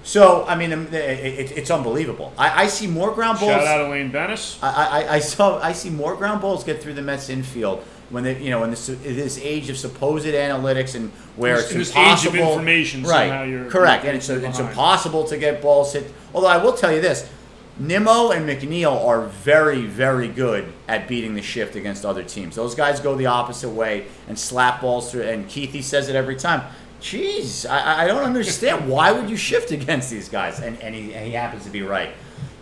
Speaker 1: so I mean, um, it, it, it's unbelievable. I, I see more ground balls.
Speaker 2: Shout out Elaine Bennis.
Speaker 1: I, I, I saw I see more ground balls get through the Mets infield when they you know in this this age of supposed analytics and where
Speaker 2: In
Speaker 1: it's
Speaker 2: this- in this age of
Speaker 1: impossible
Speaker 2: information,
Speaker 1: right
Speaker 2: somehow you're-
Speaker 1: correct
Speaker 2: you're
Speaker 1: and it's, it's
Speaker 2: behind.
Speaker 1: impossible to get balls hit. Although I will tell you this, Nimmo and McNeil are very very good at beating the shift against other teams. Those guys go the opposite way and slap balls through. And Keithy says it every time. jeez, I, I don't understand. Why would you shift against these guys? And, and, he, and he happens to be right.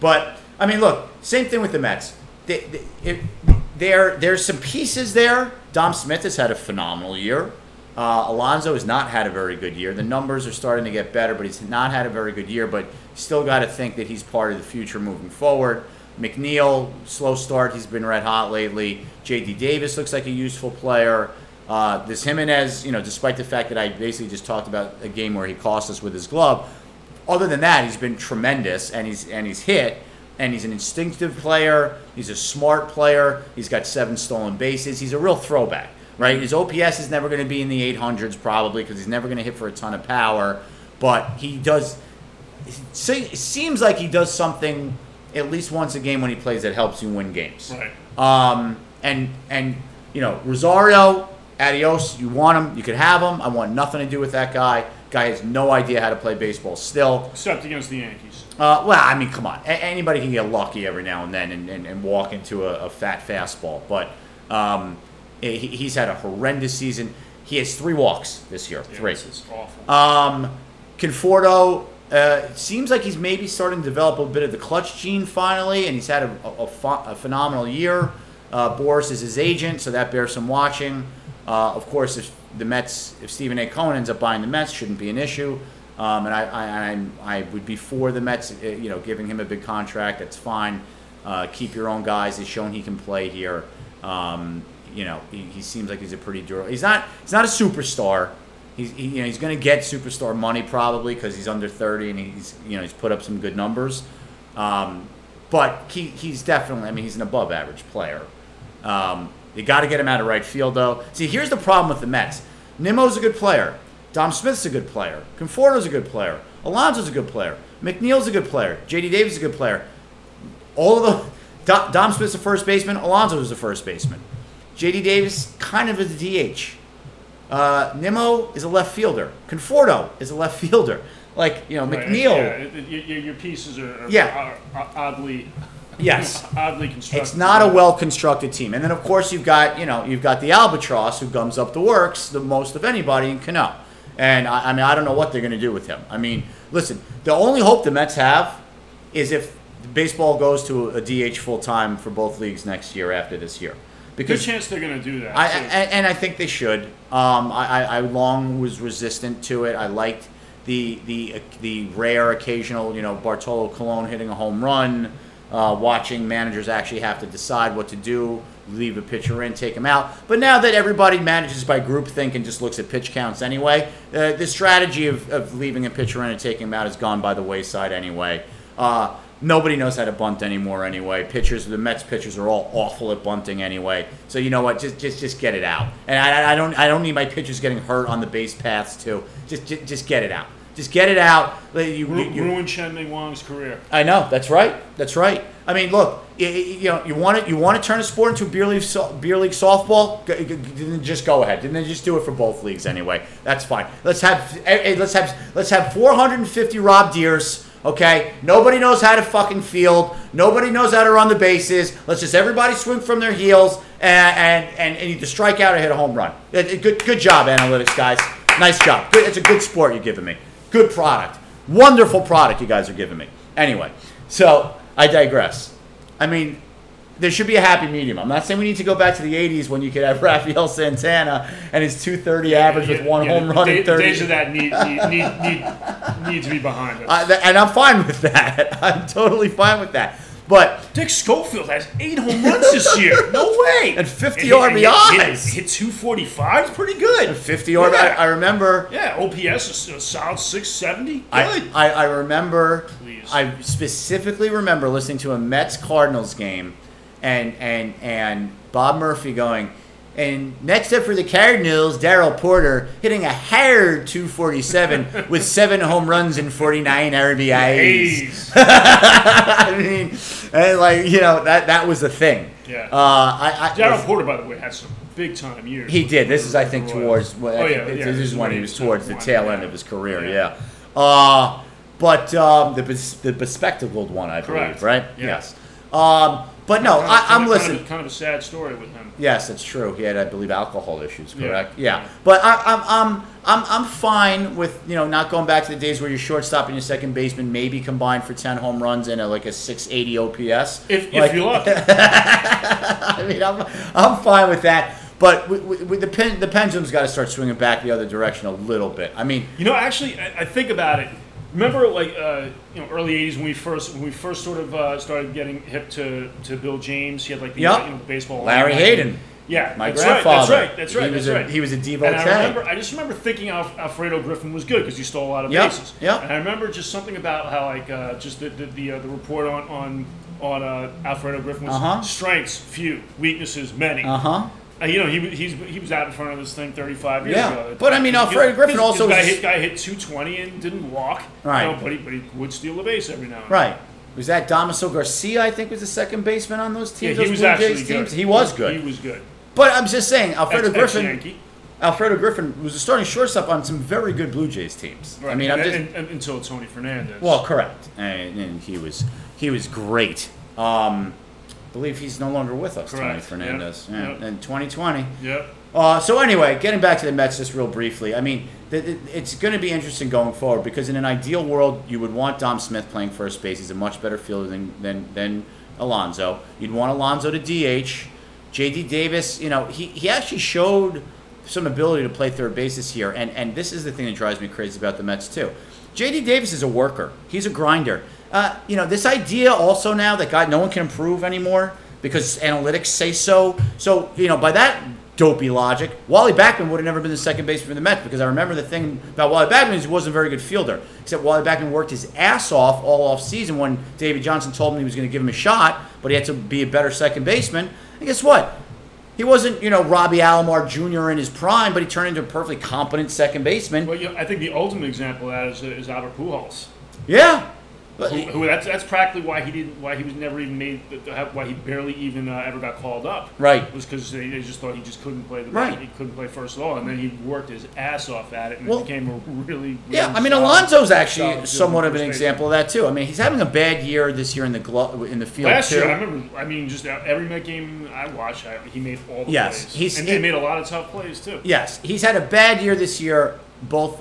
Speaker 1: But, I mean, look, same thing with the Mets. They, they, it, there, there's some pieces there. Dom Smith has had a phenomenal year. Uh, Alonso has not had a very good year. The numbers are starting to get better, but he's not had a very good year. But still got to think that he's part of the future moving forward. McNeil, slow start. He's been red hot lately. J.D. Davis looks like a useful player. Uh, this Jimenez, you know, despite the fact that I basically just talked about a game where he cost us with his glove, other than that, he's been tremendous and he's and he's hit and he's an instinctive player. He's a smart player. He's got seven stolen bases. He's a real throwback, right? His OPS is never going to be in the 800s probably because he's never going to hit for a ton of power, but he does. It se- it seems like he does something at least once a game when he plays that helps you win games.
Speaker 2: Right.
Speaker 1: Um, and and you know Rosario, adios. You want him, you could have him. I want nothing to do with that guy. Guy has no idea how to play baseball still.
Speaker 2: Except against the Yankees.
Speaker 1: Uh, well, I mean, come on. A- anybody can get lucky every now and then and, and, and walk into a, a fat fastball. But um, he, he's had a horrendous season. He has three walks this year,
Speaker 2: Yeah,
Speaker 1: three.
Speaker 2: It's awful.
Speaker 1: Um, Conforto uh, seems like he's maybe starting to develop a bit of the clutch gene finally, and he's had a, a, a pho- a phenomenal year. Uh, Boris is his agent, so that bears some watching. Uh, of course, if the Mets, if Stephen A. Cohen ends up buying the Mets, shouldn't be an issue. Um, and I, I, I'm, I would be for the Mets, uh, you know, giving him a big contract. That's fine. Uh, keep your own guys. He's shown he can play here. Um, you know, he, he seems like he's a pretty durable. He's not, he's not a superstar. He's he, you know he's going to get superstar money probably because he's under thirty and he's you know he's put up some good numbers, um, but he he's definitely I mean he's an above average player. Um, you got to get him out of right field though. See here's the problem with the Mets. Nimmo's a good player. Dom Smith's a good player. Conforto's a good player. Alonso's a good player. McNeil's a good player. J.D. Davis is a good player. All of the Dom, Dom Smith's a first baseman. Alonso's a first baseman. J.D. Davis kind of is a DH. Uh, Nimmo is a left fielder. Conforto is a left fielder. Like you know,
Speaker 2: Right,
Speaker 1: McNeil.
Speaker 2: Yeah, it- it- your, your pieces are, are,
Speaker 1: Yeah.
Speaker 2: are, are oddly
Speaker 1: Yes.
Speaker 2: oddly constructed.
Speaker 1: It's not a well-constructed team. And then of course you've got you know you've got the albatross who gums up the works the most of anybody in Cano. And I, I mean I don't know what they're going to do with him. I mean listen, the only hope the Mets have is if baseball goes to a DH full time for both leagues next year after this year.
Speaker 2: good
Speaker 1: Because
Speaker 2: chance they're going to do that.
Speaker 1: I, I,
Speaker 2: too.
Speaker 1: and and I think they should. Um, I, I, I long was resistant to it. I liked the the the rare occasional, you know, Bartolo Colon hitting a home run. Uh, watching managers actually have to decide what to do, leave a pitcher in, take him out. But now that everybody manages by groupthink and just looks at pitch counts anyway, uh, the strategy of, of leaving a pitcher in and taking him out has gone by the wayside anyway. Uh, Nobody knows how to bunt anymore anyway. Pitchers, the Mets pitchers are all awful at bunting anyway. So you know what? Just just just get it out. And I, I don't I don't need my pitchers getting hurt on the base paths too. Just just, just get it out. Just get it out. Like, You,
Speaker 2: Ru-
Speaker 1: you, you-
Speaker 2: ruined Chen Ming Wang's career.
Speaker 1: I know that's right. That's right. I mean, look, you, you know, you want to you want to turn a sport into a beer league so- beer league softball. G- g- Then just go ahead. Then they just do it for both leagues anyway. That's fine. Let's have eh, eh, let's have let's have 450 Rob Deers. Okay, nobody knows how to fucking field. Nobody knows how to run the bases. Let's just everybody swing from their heels and and and, and either strike out or hit a home run. Eh, eh, Good good job, analytics guys. Nice job. Good, it's a good sport you're giving me. Good product. Wonderful product you guys are giving me. Anyway, so I digress. I mean, there should be a happy medium. I'm not saying we need to go back to the 80s when you could have Rafael Santana and his 230 average with
Speaker 2: Yeah,
Speaker 1: one
Speaker 2: yeah,
Speaker 1: home
Speaker 2: the
Speaker 1: run
Speaker 2: day-
Speaker 1: and
Speaker 2: the Days
Speaker 1: 30.
Speaker 2: of that need need need, need, need to be behind us.
Speaker 1: Uh, th- and I'm fine with that. I'm totally fine with that. But
Speaker 2: Dick Schofield has eight home runs this year. No way.
Speaker 1: and 50
Speaker 2: And hit- and hit-
Speaker 1: RBIs.
Speaker 2: Hit, hit, 245 is pretty good.
Speaker 1: 50 RBIs.
Speaker 2: Yeah.
Speaker 1: I, I remember.
Speaker 2: Yeah, OPS is a solid 670. Good.
Speaker 1: I, I, I remember.
Speaker 2: Please.
Speaker 1: I specifically remember listening to a Mets Cardinals game, and and and Bob Murphy going, and next up for the Cardinals, Daryl Porter hitting a hard 247 with seven home runs and 49 RBIs.
Speaker 2: A's.
Speaker 1: I mean, and like you know that that was a thing.
Speaker 2: Yeah.
Speaker 1: Uh, I, I
Speaker 2: Daryl Porter, by the way, had some big time years.
Speaker 1: he
Speaker 2: with-
Speaker 1: did. This is, I
Speaker 2: with
Speaker 1: think,
Speaker 2: the
Speaker 1: towards.
Speaker 2: Royals.
Speaker 1: Well, I
Speaker 2: oh,
Speaker 1: think
Speaker 2: yeah,
Speaker 1: it-
Speaker 2: yeah,
Speaker 1: This is when he
Speaker 2: when
Speaker 1: was towards the
Speaker 2: one,
Speaker 1: tail end
Speaker 2: yeah.
Speaker 1: of his career. Yeah.
Speaker 2: Yeah.
Speaker 1: Uh, but um, the bes- the bespectacled one, I believe,
Speaker 2: Correct.
Speaker 1: right?
Speaker 2: Yeah.
Speaker 1: Yes. Um, But no,
Speaker 2: Kind of-
Speaker 1: I, I'm
Speaker 2: kind of- Kind
Speaker 1: listening.
Speaker 2: of, kind of a sad story with him.
Speaker 1: Yes, that's true. He had, I believe, alcohol issues.
Speaker 2: Yeah.
Speaker 1: Correct. Yeah. But I, I'm, I'm, I'm, I'm fine with you know not going back to the days where your shortstop and your second baseman maybe combined for ten home runs and a, like a 680 OPS.
Speaker 2: If, if
Speaker 1: Like,
Speaker 2: you look,
Speaker 1: I mean, I'm, I'm fine with that. But we, we, we- the pen, the pendulum's got to start swinging back the other direction a little bit. I mean,
Speaker 2: you know, actually, I, I think about it. Remember, like uh, you know, early '80s when we first when we first sort of uh, started getting hip to, to Bill James. He had like the
Speaker 1: Yep.
Speaker 2: you know, baseball.
Speaker 1: Larry
Speaker 2: line.
Speaker 1: Hayden,
Speaker 2: Yeah,
Speaker 1: my
Speaker 2: that's
Speaker 1: grandfather.
Speaker 2: Right, that's right. That's right.
Speaker 1: He was
Speaker 2: that's
Speaker 1: a,
Speaker 2: right.
Speaker 1: He was a devotee.
Speaker 2: And I remember, I just remember thinking Alf- Alfredo Griffin was good because he stole a lot of
Speaker 1: Yeah,
Speaker 2: bases.
Speaker 1: yeah.
Speaker 2: And I remember just something about how like uh, just the the the, uh, the report on on on uh, Alfredo Griffin was
Speaker 1: Uh-huh.
Speaker 2: strengths few, weaknesses many.
Speaker 1: Uh huh.
Speaker 2: Uh, you know he was- he's he was out in front of this thing 35 years
Speaker 1: Yeah,
Speaker 2: ago.
Speaker 1: but I mean,
Speaker 2: You know,
Speaker 1: Alfredo Griffin
Speaker 2: this-
Speaker 1: also
Speaker 2: this guy
Speaker 1: was-
Speaker 2: hit, guy hit 220 and didn't walk.
Speaker 1: Right.
Speaker 2: You know, but he but he would steal the base every now and then.
Speaker 1: Right. Was that Damaso Garcia? I think was the second baseman on those
Speaker 2: Yeah,
Speaker 1: teams.
Speaker 2: he
Speaker 1: those
Speaker 2: was
Speaker 1: Blue
Speaker 2: actually
Speaker 1: Jays
Speaker 2: good.
Speaker 1: teams? He was good.
Speaker 2: He was good.
Speaker 1: but I'm just saying, Alfredo
Speaker 2: Ex-
Speaker 1: Griffin.
Speaker 2: ex-Yankee.
Speaker 1: Alfredo Griffin was a starting shortstop on some very good Blue Jays teams. I
Speaker 2: Right.
Speaker 1: mean,
Speaker 2: and,
Speaker 1: I'm just
Speaker 2: and- and- until Tony Fernandez.
Speaker 1: well, correct, and, and he was he was great. Um, believe he's no longer with us, Tony
Speaker 2: Correct.
Speaker 1: Fernandez,
Speaker 2: Yeah.
Speaker 1: Yeah,
Speaker 2: Yeah.
Speaker 1: in 2020.
Speaker 2: Yep.
Speaker 1: Uh, so anyway, getting back to the Mets just real briefly, I mean, th- th- it's going to be interesting going forward because in an ideal world, you would want Dom Smith playing first base. He's a much better fielder than than, than Alonzo. You'd want Alonzo to DH. J.D. Davis, you know, he, he actually showed some ability to play third base this year, and and this is the thing that drives me crazy about the Mets too. J.D. Davis is a worker. He's a grinder. Uh, you know, this idea also now that God, no one can improve anymore because analytics say so. So, you know, by that dopey logic, Wally Backman would have never been the second baseman for the Mets because I remember the thing about Wally Backman is he wasn't a very good fielder. Except Wally Backman worked his ass off all off season when David Johnson told him he was going to give him a shot, but he had to be a better second baseman. And guess what? He wasn't, you know, Robbie Alomar Jr. in his prime, but he turned into a perfectly competent second baseman.
Speaker 2: Well, you know, I think the ultimate example of that is, is Albert Pujols,
Speaker 1: Yeah. But-
Speaker 2: who, who that's that's practically why he didn't, why he was never even made, why he barely even uh, ever got called up.
Speaker 1: Right.
Speaker 2: was because they, they just thought he just couldn't play the
Speaker 1: Right.
Speaker 2: he couldn't play first at all, and then he worked his ass off at it and
Speaker 1: Well-
Speaker 2: it became a really, really
Speaker 1: Yeah, I mean
Speaker 2: solid-
Speaker 1: Alonzo's
Speaker 2: solid
Speaker 1: actually
Speaker 2: field
Speaker 1: somewhat of an
Speaker 2: first baseman.
Speaker 1: example of that too. I mean, he's having a bad year this year in the glo- in the field
Speaker 2: Last
Speaker 1: too.
Speaker 2: year, I remember. I mean, just every Met game I watched, I, he made all the
Speaker 1: Yes,
Speaker 2: plays,
Speaker 1: he's-
Speaker 2: and they
Speaker 1: he-
Speaker 2: made a lot of tough plays too.
Speaker 1: Yes, he's had a bad year this year, both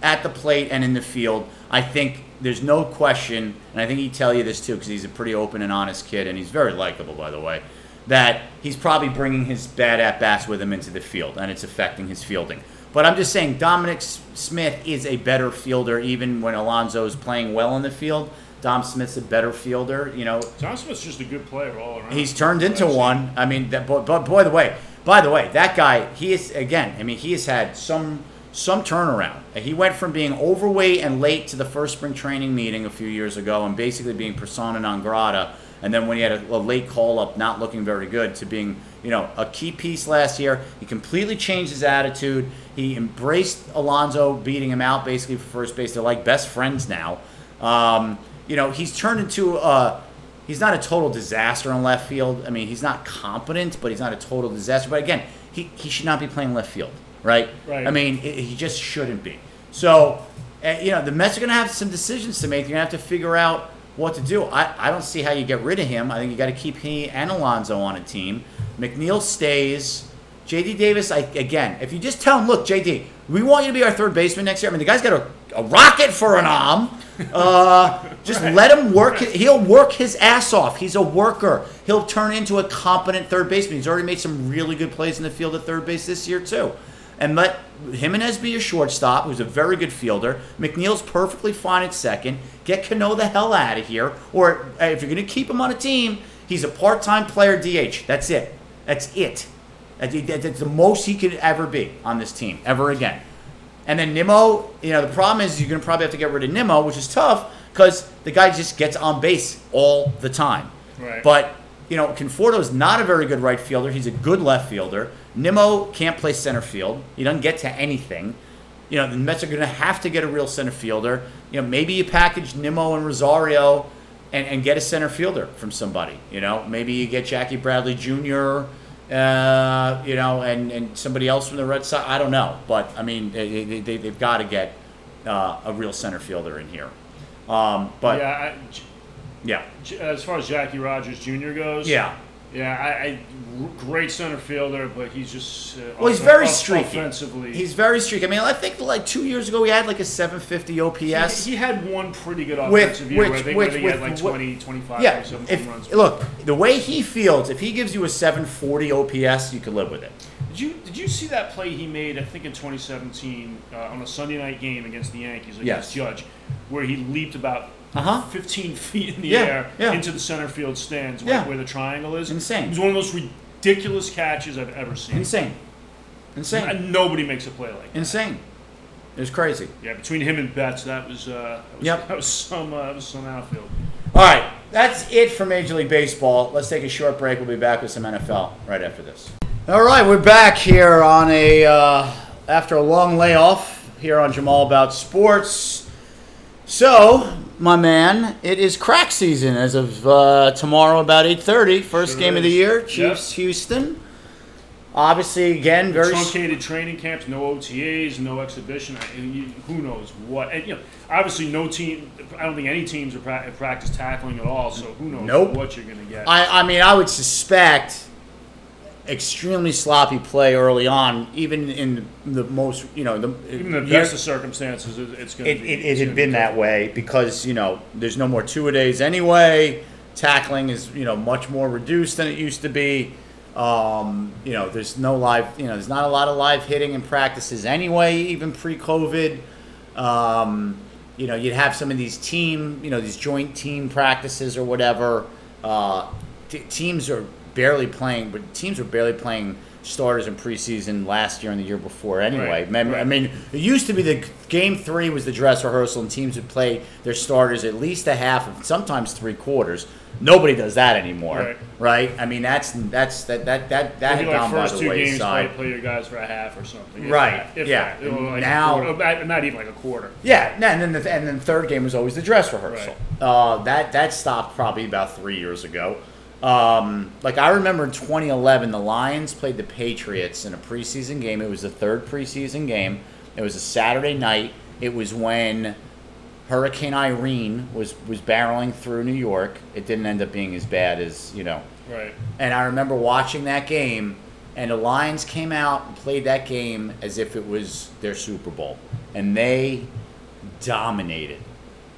Speaker 1: at the plate and in the field. I think there's no question, and I think he'd tell you this too, because he's a pretty open and honest kid, and he's very likable, by the way. That he's probably bringing his bad at bats with him into the field, and it's affecting his fielding. But I'm just saying, Dominic S- Smith is a better fielder, even when Alonso is playing well in the field. Dom Smith's a better fielder, you know.
Speaker 2: John Smith's just a good player all around.
Speaker 1: He's turned into
Speaker 2: Last year.
Speaker 1: one. I mean, that, but, but by the way, by the way, that guy, he is again. I mean, he has had some some turnaround. He went from being overweight and late to the first spring training meeting a few years ago, and basically being persona non grata. And then when he had a, a late call up, not looking very good, to being you know a key piece last year. He completely changed his attitude. He embraced Alonzo, beating him out basically for first base. They're like best friends now. Um, you know, he's turned into a he's not a total disaster in left field. I mean, he's not competent, but he's not a total disaster. But again, he, he should not be playing left field, right?
Speaker 2: Right.
Speaker 1: I mean, i he just shouldn't be. So, uh, you know, the Mets are going to have some decisions to make. They're going to have to figure out what to do. I, I don't see how you get rid of him. I think you got to keep he and Alonzo on a team. McNeil stays. JD Davis, I, again, if you just tell him, look, JD, we want you to be our third baseman next year. I mean, the guy's got a, a rocket for an arm. Uh, just let him work. He'll work his ass off. He's a worker. He'll turn into a competent third baseman. He's already made some really good plays in the field at third base this year too. And let Jimenez be your shortstop, who's a very good fielder. McNeil's perfectly fine at second. Get Cano the hell out of here. Or uh, if you're going to keep him on a team, he's a part-time player DH. That's it. That's it. That- that- That's the most he could ever be on this team ever again. And then Nimmo, you know, the problem is you're going to probably have to get rid of Nimmo, which is tough because the guy just gets on base all the time.
Speaker 2: Right.
Speaker 1: But, you know, Conforto's not a very good right fielder. He's a good left fielder. Nimmo can't play center field. He doesn't get to anything. You know, the Mets are going to have to get a real center fielder. You know, maybe you package Nimmo and Rosario and, and get a center fielder from somebody. You know, maybe you get Jackie Bradley Jr., uh, you know, and, and somebody else from the Red Sox. I don't know. But, I mean, they, they, they, they've got to get uh, a real center fielder in here. Um, but,
Speaker 2: yeah, I, J-
Speaker 1: Yeah.
Speaker 2: J- As far as Jackie Rogers Jr. goes,
Speaker 1: Yeah.
Speaker 2: yeah, I, I great center fielder, but he's just uh,
Speaker 1: Well, he's
Speaker 2: off-
Speaker 1: very
Speaker 2: off-
Speaker 1: streaky.
Speaker 2: Offensively,
Speaker 1: He's very streaky. I mean, I think like two years ago he had like a 750 OPS.
Speaker 2: He, he had one pretty good
Speaker 1: With-
Speaker 2: offensive year. where
Speaker 1: which-
Speaker 2: I think
Speaker 1: which-
Speaker 2: where he had like
Speaker 1: with-
Speaker 2: 20, 25,
Speaker 1: yeah.
Speaker 2: 27 home runs.
Speaker 1: If, look, the way he fields, if he gives you a 740 OPS, you could live with it.
Speaker 2: Did you did you see that play he made? I think in 2017 uh, on a Sunday night game against the Yankees
Speaker 1: Yes.
Speaker 2: against Judge, where he leaped about
Speaker 1: Uh-huh.
Speaker 2: 15 feet in the
Speaker 1: Yeah,
Speaker 2: air
Speaker 1: yeah.
Speaker 2: into the center field stands where,
Speaker 1: Yeah.
Speaker 2: where the triangle is.
Speaker 1: Insane.
Speaker 2: It was one of the most ridiculous catches I've ever seen.
Speaker 1: Insane. Insane.
Speaker 2: And nobody makes a play like that.
Speaker 1: Insane. It was crazy.
Speaker 2: Yeah, between him and Betts, that was uh, that was,
Speaker 1: Yep.
Speaker 2: that was some uh, that was some outfield.
Speaker 1: All right, that's it for Major League Baseball. Let's take a short break. We'll be back with some NFL right after this. All right, we're back here on a uh, after a long layoff here on Jamal About Sports. So, my man, it is crack season as of uh, tomorrow about 8:30. First
Speaker 2: Sure
Speaker 1: game of the
Speaker 2: is.
Speaker 1: year,
Speaker 2: Yep.
Speaker 1: Chiefs Houston. Obviously, again, very
Speaker 2: truncated training camps, no OTAs, no exhibition. I, you- who knows what? And, you know, obviously, no team. I don't think any teams are pra- practice tackling at all. So who knows
Speaker 1: Nope.
Speaker 2: what you're going to get?
Speaker 1: I, I mean, I would suspect extremely sloppy play early on, even in the, the most, you know, the,
Speaker 2: Even the
Speaker 1: year-
Speaker 2: best of circumstances, it- it's going to
Speaker 1: it,
Speaker 2: be.
Speaker 1: it, it
Speaker 2: it's
Speaker 1: had
Speaker 2: gonna
Speaker 1: been
Speaker 2: be
Speaker 1: that way because, you know, there's no more two a days anyway. Tackling is, you know, much more reduced than it used to be. Um, you know, there's no live, you know, there's not a lot of live hitting in practices anyway, even pre COVID. Um, you know, you'd have some of these team, you know, these joint team practices or whatever. Uh, t- teams are barely playing, but teams were barely playing starters in preseason last year and the year before anyway.
Speaker 2: Right,
Speaker 1: Mem- I
Speaker 2: right.
Speaker 1: mean, it used to be the game three was the dress rehearsal, and teams would play their starters at least a half, and sometimes three quarters. Nobody does that anymore, right?
Speaker 2: Right.
Speaker 1: I mean, that's that's that that that that had
Speaker 2: Maybe like
Speaker 1: gone by
Speaker 2: first
Speaker 1: the
Speaker 2: two games, play,
Speaker 1: wayside.
Speaker 2: play your guys for a half or something. if
Speaker 1: Right,
Speaker 2: that, if
Speaker 1: yeah.
Speaker 2: that, or like a
Speaker 1: Now-
Speaker 2: quarter- about- not even like a quarter.
Speaker 1: Yeah, no, and then the, and then third game was always the dress rehearsal. Uh, that that stopped probably about three years ago. Um, like I remember in 2011, the Lions played the Patriots in a preseason game. It was the third preseason game. It was a Saturday night. It was when Hurricane Irene was was barreling through New York. It didn't end up being as bad as you know
Speaker 2: Right.
Speaker 1: and I remember watching that game, and the Lions came out and played that game as if it was their Super Bowl, and they dominated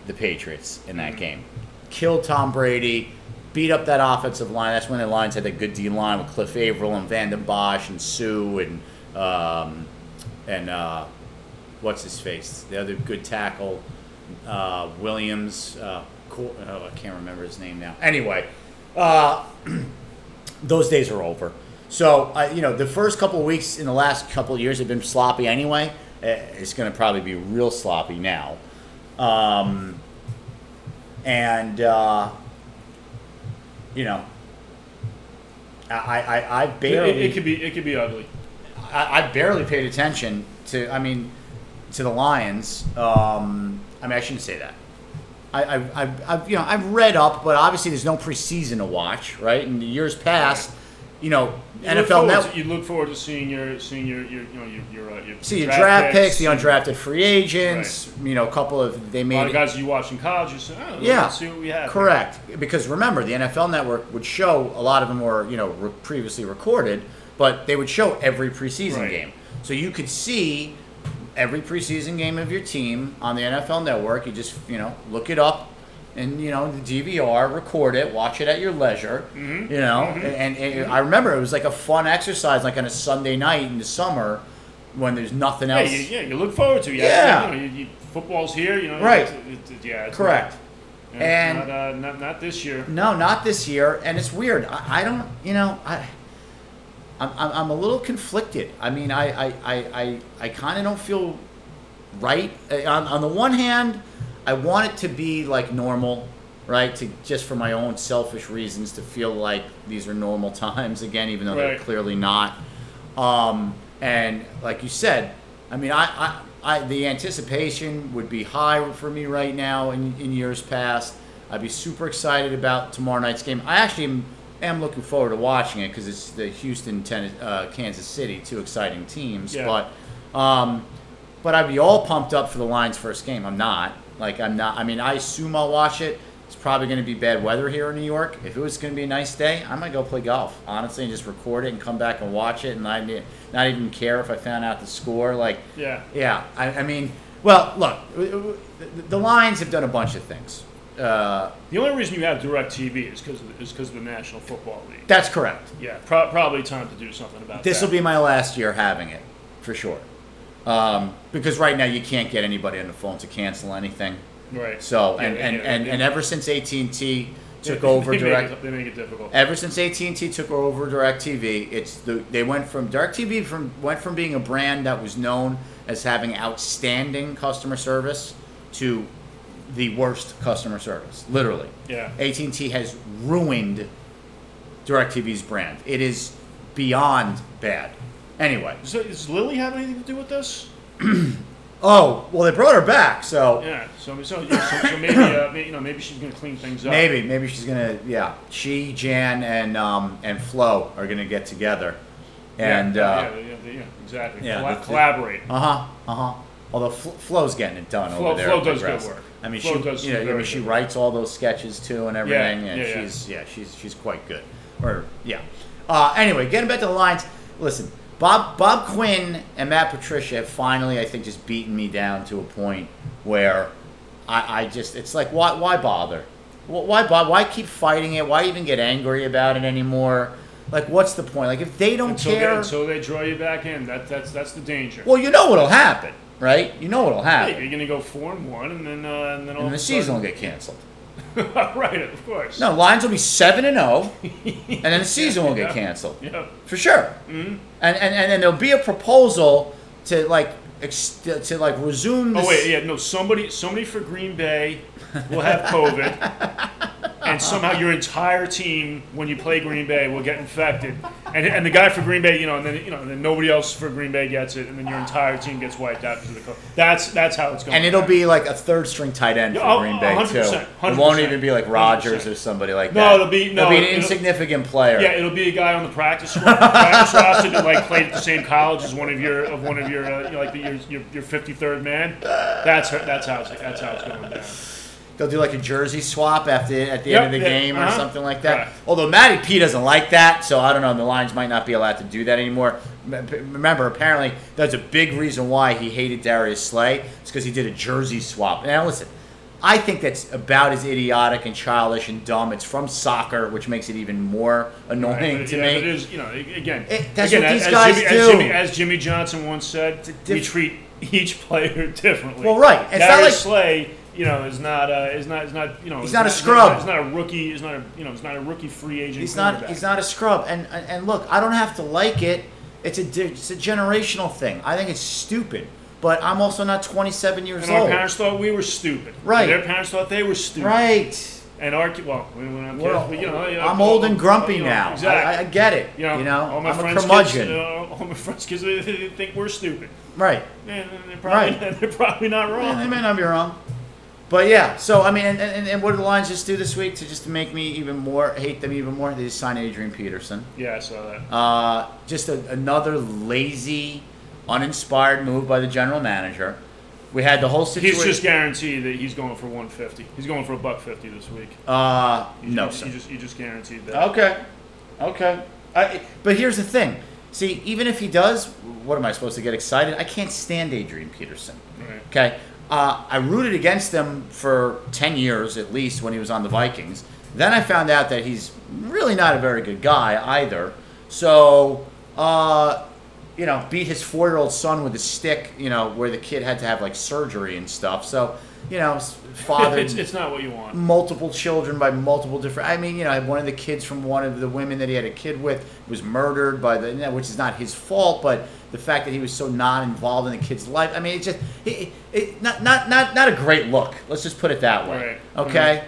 Speaker 1: the Patriots in that game. Killed Tom Brady, beat up that offensive line. That's when the Lions had that good D line with Cliff Averill and Van Den Bosch and Sue and um, and uh, what's his face, the other good tackle, uh, Williams. Uh, Cor- oh, I can't remember his name now. Anyway, uh, those days are over. So I, you know, the first couple of weeks in the last couple of years have been sloppy anyway. Eh, It's going to probably be real sloppy now, um, and uh, you know, I I, I- I
Speaker 2: It,
Speaker 1: barely
Speaker 2: it, it could be. It could be ugly.
Speaker 1: I, I barely paid attention to. I mean, to the Lions. Um, I mean, I shouldn't say that. I, I, I, I've, you know, I've read up, but obviously there's no preseason to watch, right? In the years past, you know,
Speaker 2: You look
Speaker 1: NFL
Speaker 2: forward
Speaker 1: Network.
Speaker 2: To, you look forward to seeing your seeing your your you know your your, uh, your
Speaker 1: See your draft picks, the undrafted free agents. You know, a couple of they
Speaker 2: A
Speaker 1: made
Speaker 2: lot of guys you watch in college, you say, oh,
Speaker 1: Yeah.
Speaker 2: let's see what we have.
Speaker 1: Correct, because remember the NFL Network would show a lot of them were you know re- previously recorded, but they would show every preseason
Speaker 2: Right.
Speaker 1: game, so you could see every preseason game of your team on the NFL Network. You just you know look it up, and you know the DVR, record it, watch it at your leisure.
Speaker 2: Mm-hmm.
Speaker 1: You know, and, and it- I remember it was like a fun exercise, like on a Sunday night in the summer when there's nothing
Speaker 2: Yeah,
Speaker 1: else.
Speaker 2: you, yeah, you look forward to it.
Speaker 1: Yeah.
Speaker 2: You know, you, you, football's here, you know.
Speaker 1: Right.
Speaker 2: it's- it's- yeah. it's
Speaker 1: Correct.
Speaker 2: Not, yeah,
Speaker 1: And-
Speaker 2: not, uh, not, not this year.
Speaker 1: No, not this year, and it's weird. I, I don't, you know, I, I'm, I'm I'm a little conflicted. I mean, I, I, I, I, I kind of don't feel right. Uh, On, on the one hand, I want it to be like normal, right? To just for my own selfish reasons to feel like these are normal times again, even though they're
Speaker 2: Right.
Speaker 1: clearly not. Um, and like you said, I mean, I, I, I, the anticipation would be high for me right now in, in years past. I'd be super excited about tomorrow night's game. I actually am, am looking forward to watching it because it's the Houston, Ten, uh, Kansas City, two exciting teams.
Speaker 2: Yeah.
Speaker 1: But, um, but I'd be all pumped up for the Lions' first game. I'm not. Like I'm not. I mean, I assume I'll watch it. It's probably going to be bad weather here in New York. If it was going to be a nice day, I might go play golf, honestly, and just record it and come back and watch it and not, e- not even care if I found out the score. Like,
Speaker 2: Yeah.
Speaker 1: yeah, I, I mean, well, look, w- w- the- the Lions have done a bunch of things. Uh,
Speaker 2: The only reason you have direct TV is because is because of the National Football League.
Speaker 1: that's correct.
Speaker 2: Yeah, pro- probably time to do something about
Speaker 1: This will
Speaker 2: that.
Speaker 1: be my last year having it, for sure. Um, because right now you can't get anybody on the phone to cancel anything.
Speaker 2: be right.
Speaker 1: So
Speaker 2: Yeah,
Speaker 1: and,
Speaker 2: they-
Speaker 1: and,
Speaker 2: yeah,
Speaker 1: and,
Speaker 2: they-
Speaker 1: and ever since AT and T took
Speaker 2: they-
Speaker 1: over
Speaker 2: they make it-
Speaker 1: direct,
Speaker 2: they make it difficult.
Speaker 1: ever since AT and T took over Directv, it's the they went from Directv from went from being a brand that was known as having outstanding customer service to the worst customer service, literally.
Speaker 2: Yeah.
Speaker 1: AT and T has ruined Directv's brand. It is beyond bad. Anyway,
Speaker 2: So, does Lily have anything to do with this?
Speaker 1: oh well, they brought her back, so
Speaker 2: Yeah. So, so, yeah, so, so maybe, uh, may- you know, maybe she's gonna clean things up.
Speaker 1: Maybe, maybe she's gonna. Yeah, she, Jan, and um, and Flo are gonna get together,
Speaker 2: Yeah,
Speaker 1: and
Speaker 2: yeah,
Speaker 1: uh
Speaker 2: yeah, yeah, yeah, exactly.
Speaker 1: yeah,
Speaker 2: Colla-
Speaker 1: the- the-
Speaker 2: collaborate.
Speaker 1: huh, uh huh. Although Flo, Flo's getting it done
Speaker 2: Flo-
Speaker 1: over there.
Speaker 2: Flo
Speaker 1: at the
Speaker 2: does good
Speaker 1: Grass.
Speaker 2: work.
Speaker 1: I mean,
Speaker 2: Flo
Speaker 1: she,
Speaker 2: does
Speaker 1: you know, I
Speaker 2: very
Speaker 1: mean, she
Speaker 2: good
Speaker 1: writes all those sketches too and everything, and
Speaker 2: yeah, yeah.
Speaker 1: she's yeah, she's she's quite good. Or yeah. Uh, anyway, getting back to the lines. Listen, Bob Bob Quinn and Matt Patricia have finally, I think, just beaten me down to a point where I, I just it's like why why bother? Wh- Why bother? Why keep fighting it? Why even get angry about it anymore? Like, what's the point? Like, if they don't
Speaker 2: Until they,
Speaker 1: care,
Speaker 2: until they draw you back in, that, that's that's the danger.
Speaker 1: well, you know what'll happen, right? You know what'll
Speaker 2: Yeah,
Speaker 1: happen.
Speaker 2: you're gonna go four and one, and then uh, and then all
Speaker 1: and
Speaker 2: of
Speaker 1: the
Speaker 2: a
Speaker 1: season will
Speaker 2: sudden,
Speaker 1: get canceled.
Speaker 2: right, of course.
Speaker 1: No, Lions will be seven and zero, and then the season will get
Speaker 2: Yeah.
Speaker 1: canceled
Speaker 2: Yeah. Mm-hmm.
Speaker 1: for sure. mm And, and and then there'll be a proposal to like ex- to like resume. This,
Speaker 2: Oh wait, yeah, no. Somebody, somebody for Green Bay will have COVID, and somehow your entire team, when you play Green Bay, will get infected. And, and the guy for Green Bay, you know, and then you know, and then nobody else for Green Bay gets it, and then your entire team gets wiped out because of the COVID. That's that's how it's going.
Speaker 1: And it'll be like a third string tight end for
Speaker 2: Yeah, oh,
Speaker 1: Green Bay too.
Speaker 2: 100%,
Speaker 1: It won't
Speaker 2: 100%,
Speaker 1: even be like Rodgers or
Speaker 2: 100%.
Speaker 1: somebody like
Speaker 2: No,
Speaker 1: that.
Speaker 2: it'll be- no,
Speaker 1: it'll be an
Speaker 2: it'll-
Speaker 1: insignificant player.
Speaker 2: Yeah, it'll be a guy on the practice ro- practice roster that like played at the same college as one of your of one of your uh, you know, like the, your your your fifty third man. That's how- that's how it's, that's how it's going down.
Speaker 1: They'll do like a jersey swap after at the
Speaker 2: Yep,
Speaker 1: end of the
Speaker 2: yeah,
Speaker 1: game or
Speaker 2: uh-huh.
Speaker 1: something like that.
Speaker 2: Correct.
Speaker 1: Although Matty P doesn't like that, so I don't know. The Lions might not be allowed to do that anymore. M- p- Remember, apparently that's a big reason why he hated Darius Slay. It's because he did a jersey swap. Now listen, I think that's about as idiotic and childish and dumb. It's from soccer, which makes it even more annoying
Speaker 2: Right,
Speaker 1: to
Speaker 2: yeah,
Speaker 1: me.
Speaker 2: but it is, you know, a- again,
Speaker 1: It- that's
Speaker 2: again,
Speaker 1: what
Speaker 2: as-
Speaker 1: these
Speaker 2: as
Speaker 1: guys
Speaker 2: Jimmy,
Speaker 1: do.
Speaker 2: As Jimmy, as Jimmy Johnson once said, we
Speaker 1: diff-
Speaker 2: treat each player differently.
Speaker 1: Well, right, it's not
Speaker 2: Darius
Speaker 1: like-
Speaker 2: Slay, you know, is not, uh, is not, is not, you know,
Speaker 1: He's
Speaker 2: is
Speaker 1: not a
Speaker 2: is
Speaker 1: scrub.
Speaker 2: He's not, a rookie. He's not a, you know, he's not a rookie free agent.
Speaker 1: He's not.
Speaker 2: quarterback.
Speaker 1: He's not a scrub. And and and look, I don't have to like it. It's a di- it's a generational thing. I think it's stupid. But I'm also not 27 years
Speaker 2: And our
Speaker 1: old.
Speaker 2: parents thought we were stupid.
Speaker 1: Right.
Speaker 2: Their parents thought they were stupid.
Speaker 1: Right.
Speaker 2: And our ki- well, we were not kids,
Speaker 1: Well,
Speaker 2: but you know, you know,
Speaker 1: I'm old and grumpy
Speaker 2: you know,
Speaker 1: now.
Speaker 2: Exactly.
Speaker 1: I, I get it.
Speaker 2: you know, all my
Speaker 1: I'm a
Speaker 2: friends'
Speaker 1: curmudgeon.
Speaker 2: Kids, uh, all my friends' kids, they, they think we're stupid.
Speaker 1: right.
Speaker 2: And they're probably,
Speaker 1: Right.
Speaker 2: they're probably not wrong.
Speaker 1: And they may not be wrong. But yeah, so I mean, and, and, and what did the Lions just do this week to just to make me even more hate them even more? They just signed Adrian Peterson.
Speaker 2: Yeah, I saw that.
Speaker 1: Uh, just a, another lazy, uninspired move by the general manager. We had the whole situation.
Speaker 2: He's just guaranteed that he's going for 150. He's going for a buck 50 this week.
Speaker 1: uh,
Speaker 2: You
Speaker 1: no,
Speaker 2: just,
Speaker 1: sir.
Speaker 2: you just you just guaranteed that.
Speaker 1: Okay. Okay. I, but here's the thing. See, even if he does, what am I supposed to get excited? I can't stand Adrian Peterson.
Speaker 2: Right.
Speaker 1: Okay. Uh, I rooted against him for 10 years at least when he was on the Vikings. Then I found out that he's really not a very good guy either. So, uh, you know, beat his four year old son with a stick, you know, where the kid had to have like surgery and stuff. So, you know, s- father
Speaker 2: It's, it's not what you want.
Speaker 1: multiple children by multiple different. I mean, you know, I had one of the kids from one of the women that he had a kid with was murdered by the, which is not his fault, but the fact that he was so not involved in the kid's life. I mean, it's just it, it, not not not not a great look. Let's just put it that way.
Speaker 2: Right.
Speaker 1: Okay.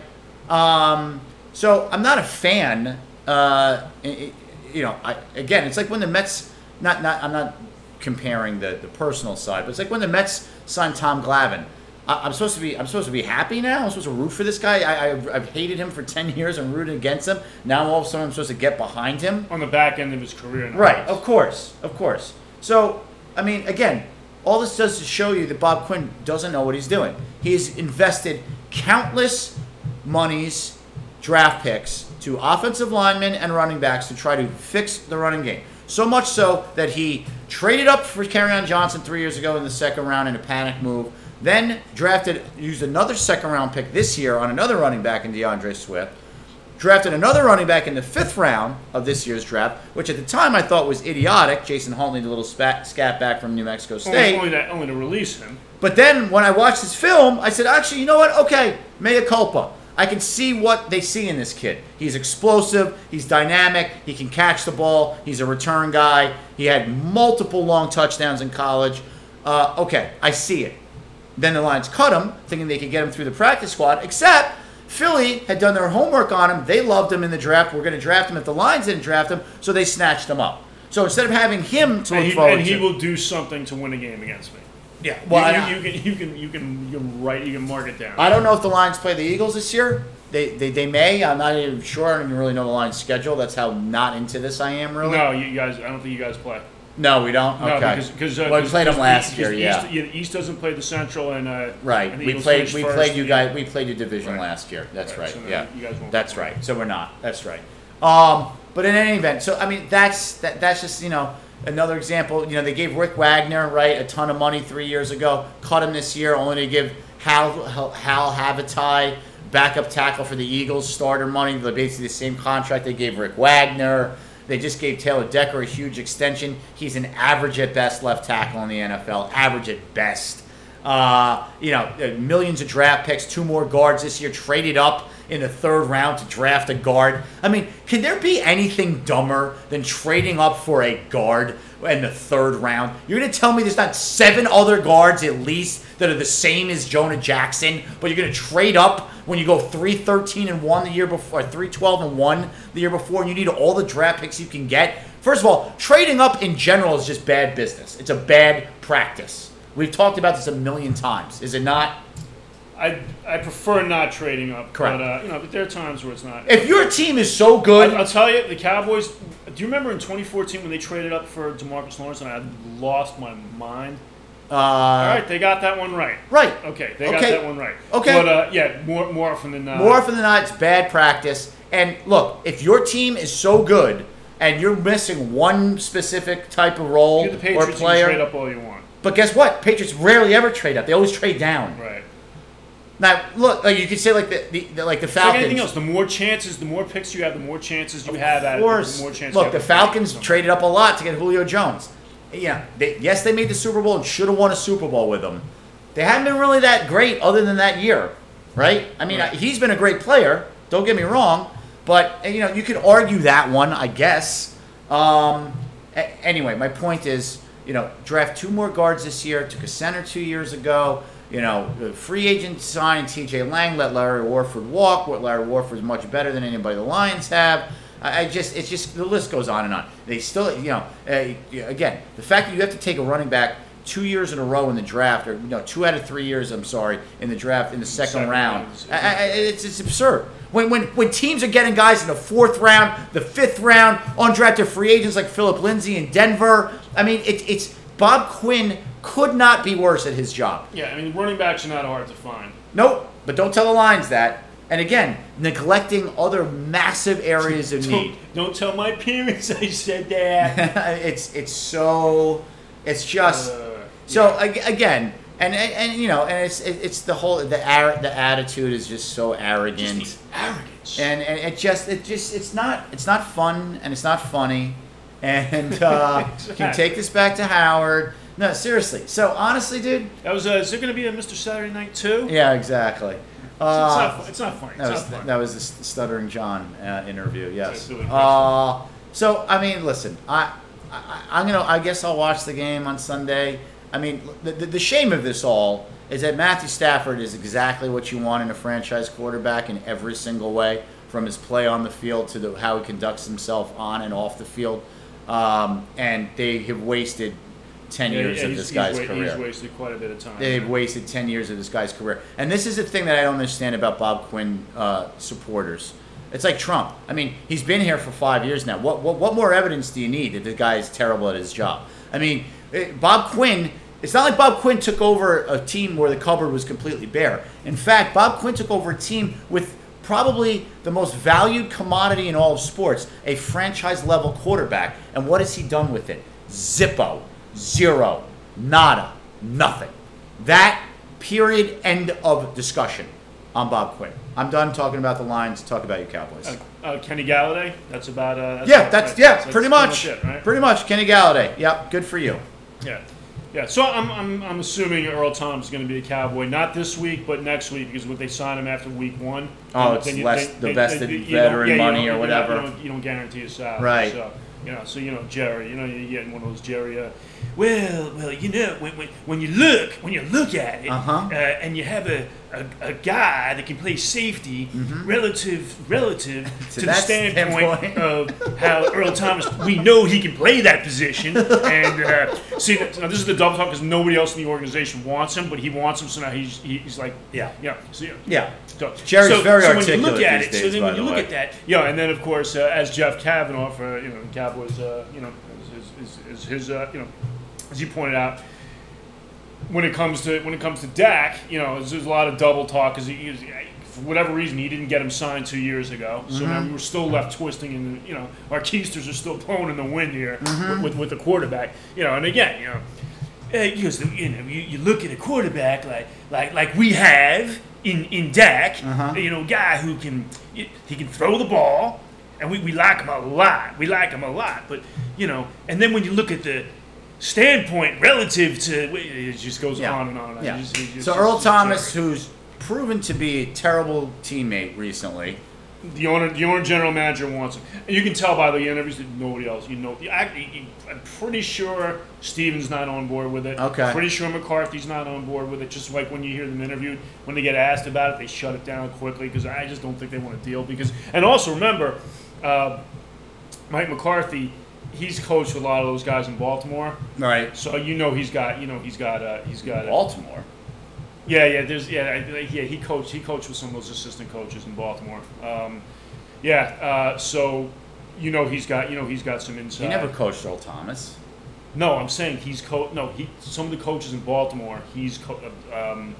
Speaker 1: Um, so I'm not a fan. Uh, i- i- you know, I, again, it's like when the Mets. Not, not. I'm not comparing the, the personal side, but it's like when the Mets signed Tom Glavine. I, I'm supposed to be. I'm supposed to be happy now. I'm supposed to root for this guy. I, I've, I've hated him for ten years. I'm rooting against him. Now all of a sudden, I'm supposed to get behind him.
Speaker 2: On the back end of his career. now.
Speaker 1: Right, of course, of course. So, I mean, again, all this does is show you that Bob Quinn doesn't know what he's doing. He's invested countless monies, draft picks to offensive linemen and running backs to try to fix the running game. So much so that he traded up for Carryon Johnson three years ago in the second round in a panic move. Then drafted, used another second round pick this year on another running back in DeAndre Swift. Drafted another running back in the fifth round of this year's draft, which at the time I thought was idiotic. Jason Huntley, the little spat, scat back from New Mexico State.
Speaker 2: Only, only, to, only to release him.
Speaker 1: But then when I watched this film, I said, actually, you know what? Okay, mea culpa. I can see what they see in this kid. He's explosive. He's dynamic. He can catch the ball. He's a return guy. He had multiple long touchdowns in college. Uh, okay, I see it. Then the Lions cut him, thinking they could get him through the practice squad, except Philly had done their homework on him. They loved him in the draft. We're going to draft him if the Lions didn't draft him, so they snatched him up. So instead of having him to
Speaker 2: And
Speaker 1: look
Speaker 2: he,
Speaker 1: forward
Speaker 2: and he
Speaker 1: to,
Speaker 2: will do something to win a game against me.
Speaker 1: yeah,
Speaker 2: Well,
Speaker 1: well, I-
Speaker 2: you, you, you can you can you can you can write you can mark it down.
Speaker 1: I don't know if the Lions play the Eagles this year. They, they, they may. I'm not even sure. I don't even really know the Lions' schedule. That's how not into this I am, really.
Speaker 2: no, you guys. I don't think you guys play.
Speaker 1: No, we don't?
Speaker 2: No,
Speaker 1: Okay.
Speaker 2: because because uh,
Speaker 1: well, we
Speaker 2: 'cause-
Speaker 1: played them
Speaker 2: 'cause
Speaker 1: last
Speaker 2: East,
Speaker 1: year,
Speaker 2: 'cause
Speaker 1: yeah.
Speaker 2: East, yeah. the East doesn't play the Central, and uh,
Speaker 1: right.
Speaker 2: and the
Speaker 1: We
Speaker 2: Eagles
Speaker 1: played
Speaker 2: finish
Speaker 1: we
Speaker 2: first,
Speaker 1: played you
Speaker 2: yeah.
Speaker 1: guys we played you division
Speaker 2: Right.
Speaker 1: last year. That's
Speaker 2: Right,
Speaker 1: right.
Speaker 2: so then
Speaker 1: yeah.
Speaker 2: you guys won't
Speaker 1: that's
Speaker 2: play.
Speaker 1: right. So we're not. That's right. Um, but in any event, so I mean that's that that's just, you know, another example. You know, they gave Rick Wagner, right, a ton of money 3 years ago, cut him this year only to give Hal Hal, Hal Havitai backup tackle for the Eagles starter money, the basically the same contract they gave Rick Wagner. They just gave Taylor Decker a huge extension. He's an average at best left tackle in the NFL, average at best. Uh, you know, uh, millions of draft picks, two more guards this year, traded up in the third round to draft a guard. I mean, can there be anything dumber than trading up for a guard in the third round? You're going to tell me there's not seven other guards at least that are the same as Jonah Jackson, but you're going to trade up when you go 313 and 1 the year before, or 312 and 1 the year before, and you need all the draft picks you can get? First of all, trading up in general is just bad business. It's a bad practice. We've talked about this a million times. Is it not?
Speaker 2: I I prefer not trading up.
Speaker 1: Correct.
Speaker 2: But, uh, you know, but there are times where it's not.
Speaker 1: If your team is so
Speaker 2: I,
Speaker 1: good,
Speaker 2: I'll tell you, the Cowboys. Do you remember in 2014 when they traded up for Demarcus Lawrence and I lost my mind? All
Speaker 1: uh,
Speaker 2: right, they got that one right.
Speaker 1: right?
Speaker 2: Okay, they got
Speaker 1: Okay.
Speaker 2: that one right.
Speaker 1: Okay.
Speaker 2: But uh, yeah, more more often than not.
Speaker 1: More often than not, it's bad practice. And look, if your team is so good and you're missing one specific type of role
Speaker 2: You're the
Speaker 1: or
Speaker 2: Patriots. You can trade
Speaker 1: player,
Speaker 2: up all you want.
Speaker 1: but guess what? Patriots rarely ever trade up. They always trade down.
Speaker 2: Right.
Speaker 1: Now, look, like you could say like the, the, the like the
Speaker 2: It's like
Speaker 1: Falcons.
Speaker 2: anything else, the more chances, the more picks you have, the more chances you have at
Speaker 1: Of
Speaker 2: it.
Speaker 1: course.
Speaker 2: The uh, more chances.
Speaker 1: Look,
Speaker 2: you
Speaker 1: the
Speaker 2: have to
Speaker 1: Falcons
Speaker 2: win.
Speaker 1: traded up a lot to get Julio Jones. Yeah, they, yes, they made the Super Bowl and should have won a Super Bowl with him. They haven't been really that great other than that year, right? I mean,
Speaker 2: Right.
Speaker 1: he's been a great player. Don't get me wrong, but you know you could argue that one, I guess. Um, a- anyway, my point is, you know, draft two more guards this year. Took a center two years ago. You know, the free agent signed T.J. Lang, let Larry Warford walk. What Larry Warford is much better than anybody the Lions have. I I just, it's just the list goes on and on. They still, you know, uh, again, the fact that you have to take a running back two years in a row in the draft, or no, two out of three years, I'm sorry, in the draft in the second,
Speaker 2: second
Speaker 1: round,
Speaker 2: round is-
Speaker 1: I- I- I- it's, it's absurd. When, when, when teams are getting guys in the fourth round, the fifth round, undrafted free agents like Philip Lindsay in Denver. I mean, it, it's Bob Quinn could not be worse at his job.
Speaker 2: Yeah, I mean, running backs are not hard to find.
Speaker 1: Nope, but don't tell the Lions that. And again, neglecting other massive areas of need.
Speaker 2: Don't, don't tell my parents I said that.
Speaker 1: it's it's so it's just
Speaker 2: Uh,
Speaker 1: so ag- again and, and and you know and it's it, it's the whole the ar- the attitude is just so arrogant
Speaker 2: Just the arrogance.
Speaker 1: and and it just it just it's not it's not fun and it's not funny and uh, can you take this back to Howard no seriously so honestly dude
Speaker 2: that was. Uh, is there going to be a Mr. Saturday Night too? It's,
Speaker 1: yeah exactly
Speaker 2: not.
Speaker 1: uh,
Speaker 2: fu- It's not funny. It's
Speaker 1: that
Speaker 2: not
Speaker 1: was
Speaker 2: funny.
Speaker 1: that was the st- stuttering John uh, interview yes
Speaker 2: That's really
Speaker 1: uh, so I mean listen I, I I'm gonna I guess I'll watch the game on Sunday I mean the, the, the shame of this all is that Matthew Stafford is exactly what you want in a franchise quarterback in every single way from his play on the field to the, how he conducts himself on and off the field um, and they have wasted 10
Speaker 2: Yeah,
Speaker 1: years
Speaker 2: yeah,
Speaker 1: of
Speaker 2: he's-
Speaker 1: this guy's
Speaker 2: he's, wa-
Speaker 1: career
Speaker 2: He's wasted quite a bit of time.
Speaker 1: they've wasted 10 years of this guy's career. And this is the thing that I don't understand about Bob Quinn uh, supporters. It's like Trump. I mean, he's been here for five years now. What, what, what more evidence do you need that the guy is terrible at his job? I mean, it, Bob Quinn, it's not like Bob Quinn took over a team where the cupboard was completely bare. In fact, Bob Quinn took over a team with probably the most valued commodity in all of sports, a franchise level quarterback. And what has he done with it? Zippo, zero, nada, nothing. That period, end of discussion. I'm Bob Quinn. I'm done talking about the lines. Talk about you Cowboys.
Speaker 2: Uh, uh, Kenny Galladay. That's about. Uh, that's
Speaker 1: yeah,
Speaker 2: about-
Speaker 1: that's
Speaker 2: right,
Speaker 1: yeah, pretty much,
Speaker 2: it, right?
Speaker 1: pretty much. Kenny Galladay. Yep, good for you.
Speaker 2: Yeah, yeah. So I'm, I'm, I'm assuming Earl Thompson's going to be a Cowboy, not this week, but next week because if they sign him after week one,
Speaker 1: Oh,
Speaker 2: then
Speaker 1: it's
Speaker 2: you-
Speaker 1: less the vested
Speaker 2: you don't-
Speaker 1: veteran
Speaker 2: yeah, you
Speaker 1: money
Speaker 2: don't-
Speaker 1: or
Speaker 2: you don't-
Speaker 1: whatever.
Speaker 2: You don't, you don't guarantee a salary,
Speaker 1: Right.
Speaker 2: So, you know, so you know Jerry, you know you're getting one of those Jerry. Uh, well, well, you know when, when, when you look when you look at it,
Speaker 1: Uh-huh.
Speaker 2: uh, and you have a, a, a guy that can play safety relative relative to,
Speaker 1: Mm-hmm.
Speaker 2: the
Speaker 1: that
Speaker 2: standpoint,
Speaker 1: standpoint.
Speaker 2: of how Earl Thomas, we know he can play that position. And uh, see, now this is the double talk because nobody else in the organization wants him, but he wants him, so now he's, he's like,
Speaker 1: Yeah.
Speaker 2: yeah. So, yeah.
Speaker 1: Yeah,
Speaker 2: So,
Speaker 1: Jerry's
Speaker 2: so,
Speaker 1: very
Speaker 2: so when you
Speaker 1: articulate
Speaker 2: look at
Speaker 1: these
Speaker 2: it,
Speaker 1: days,
Speaker 2: so then
Speaker 1: by
Speaker 2: when you
Speaker 1: the
Speaker 2: look
Speaker 1: way.
Speaker 2: at that, yeah, and then of course, uh, as Jeff Kavanaugh for you know the Cowboys, uh, you know, is, is, is, is his, uh, you know, as you pointed out, when it comes to when it comes to Dak, you know, there's, there's a lot of double talk because he, he- for whatever reason he didn't get him signed two years ago, so now we were still left twisting, and you know, our keisters are still blown in the wind here with, with with the quarterback, you know, and again, you know. Uh, because you know, you, you look at a quarterback like like like we have in in Dak,
Speaker 1: Uh-huh.
Speaker 2: you know, guy who can he can throw the ball, and we, we like him a lot. We like him a lot, but you know, and then when you look at the standpoint relative to it just goes
Speaker 1: yeah,
Speaker 2: on and on.
Speaker 1: yeah.
Speaker 2: You just- you just-
Speaker 1: so Earl
Speaker 2: just-
Speaker 1: Thomas, who's proven to be a terrible teammate recently,
Speaker 2: the owner, the owner, general manager wants him. And you can tell by the interviews that nobody else. You know, I, am pretty sure Steven's not on board with it.
Speaker 1: Okay.
Speaker 2: Pretty sure McCarthy's not on board with it. Just like when you hear them interviewed, when they get asked about it, they shut it down quickly because I just don't think they want to deal. Because and also remember, uh, Mike McCarthy, he's coached a lot of those guys in Baltimore,
Speaker 1: right?
Speaker 2: so you know he's got, you know he's got, uh, he's got. Uh,
Speaker 1: Baltimore.
Speaker 2: yeah, yeah, there's yeah, I, like, yeah. He coached. He coached with some of those assistant coaches in Baltimore. Um, yeah, uh, so you know he's got you know he's got some insight.
Speaker 1: He never coached Earl Thomas.
Speaker 2: No, I'm saying he's co. No, he some of the coaches in Baltimore. He's co- uh, um,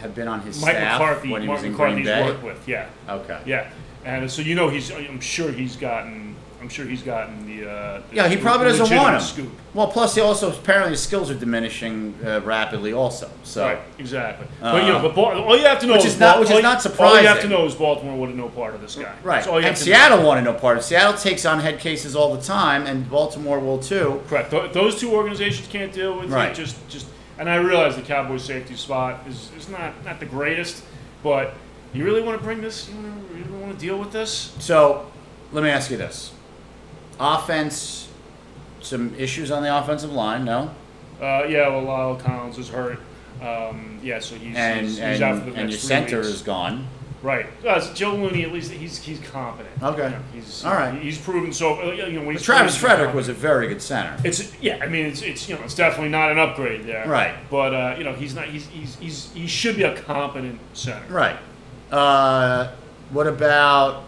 Speaker 1: Have been on his
Speaker 2: Mike
Speaker 1: staff
Speaker 2: McCarthy.
Speaker 1: when he
Speaker 2: Mike
Speaker 1: was in Green
Speaker 2: McCarthy's
Speaker 1: Bay.
Speaker 2: worked with. Yeah,
Speaker 1: Okay.
Speaker 2: yeah, and so you know he's. I'm sure he's gotten. I'm sure he's gotten the. Uh, the
Speaker 1: Yeah, he probably doesn't
Speaker 2: legitimate
Speaker 1: want him.
Speaker 2: Scoop.
Speaker 1: Well, plus he also apparently his skills are diminishing uh, rapidly, also. So Uh-huh.
Speaker 2: Right, exactly. but you know, but Bal- all you have to know
Speaker 1: Which
Speaker 2: is
Speaker 1: is not-
Speaker 2: Bal-
Speaker 1: which is
Speaker 2: all you-
Speaker 1: not
Speaker 2: All you have to
Speaker 1: surprising.
Speaker 2: know is Baltimore wanted no part of this guy.
Speaker 1: Right.
Speaker 2: That's all you
Speaker 1: and
Speaker 2: have to know.
Speaker 1: Seattle wanted no part of it. Seattle takes on head cases all the time, and Baltimore will too.
Speaker 2: Correct. Th- those two organizations can't deal with
Speaker 1: Right.
Speaker 2: it. Just, just, and I realize the Cowboys' safety spot is, is not not the greatest, but you really want to bring this? You wanna- you really want to deal with this?
Speaker 1: So let me ask you this: offense, some issues on the offensive line. No,
Speaker 2: Uh, yeah. Well, Lyle Collins is hurt. Um, yeah, so he's,
Speaker 1: and
Speaker 2: he's, he's
Speaker 1: and,
Speaker 2: out for the
Speaker 1: and your
Speaker 2: next three
Speaker 1: center
Speaker 2: weeks.
Speaker 1: is gone.
Speaker 2: right. Uh, so Joe Looney, at least he's he's competent.
Speaker 1: Okay.
Speaker 2: You know, he's
Speaker 1: All right.
Speaker 2: He's proven so. uh, You know, when he's
Speaker 1: Travis
Speaker 2: proven
Speaker 1: Frederick was a very good center.
Speaker 2: It's yeah, I mean it's, it's you know it's definitely not an upgrade there,
Speaker 1: Right.
Speaker 2: But uh, you know he's not he's, he's he's he should be a competent center.
Speaker 1: Right. Uh, what about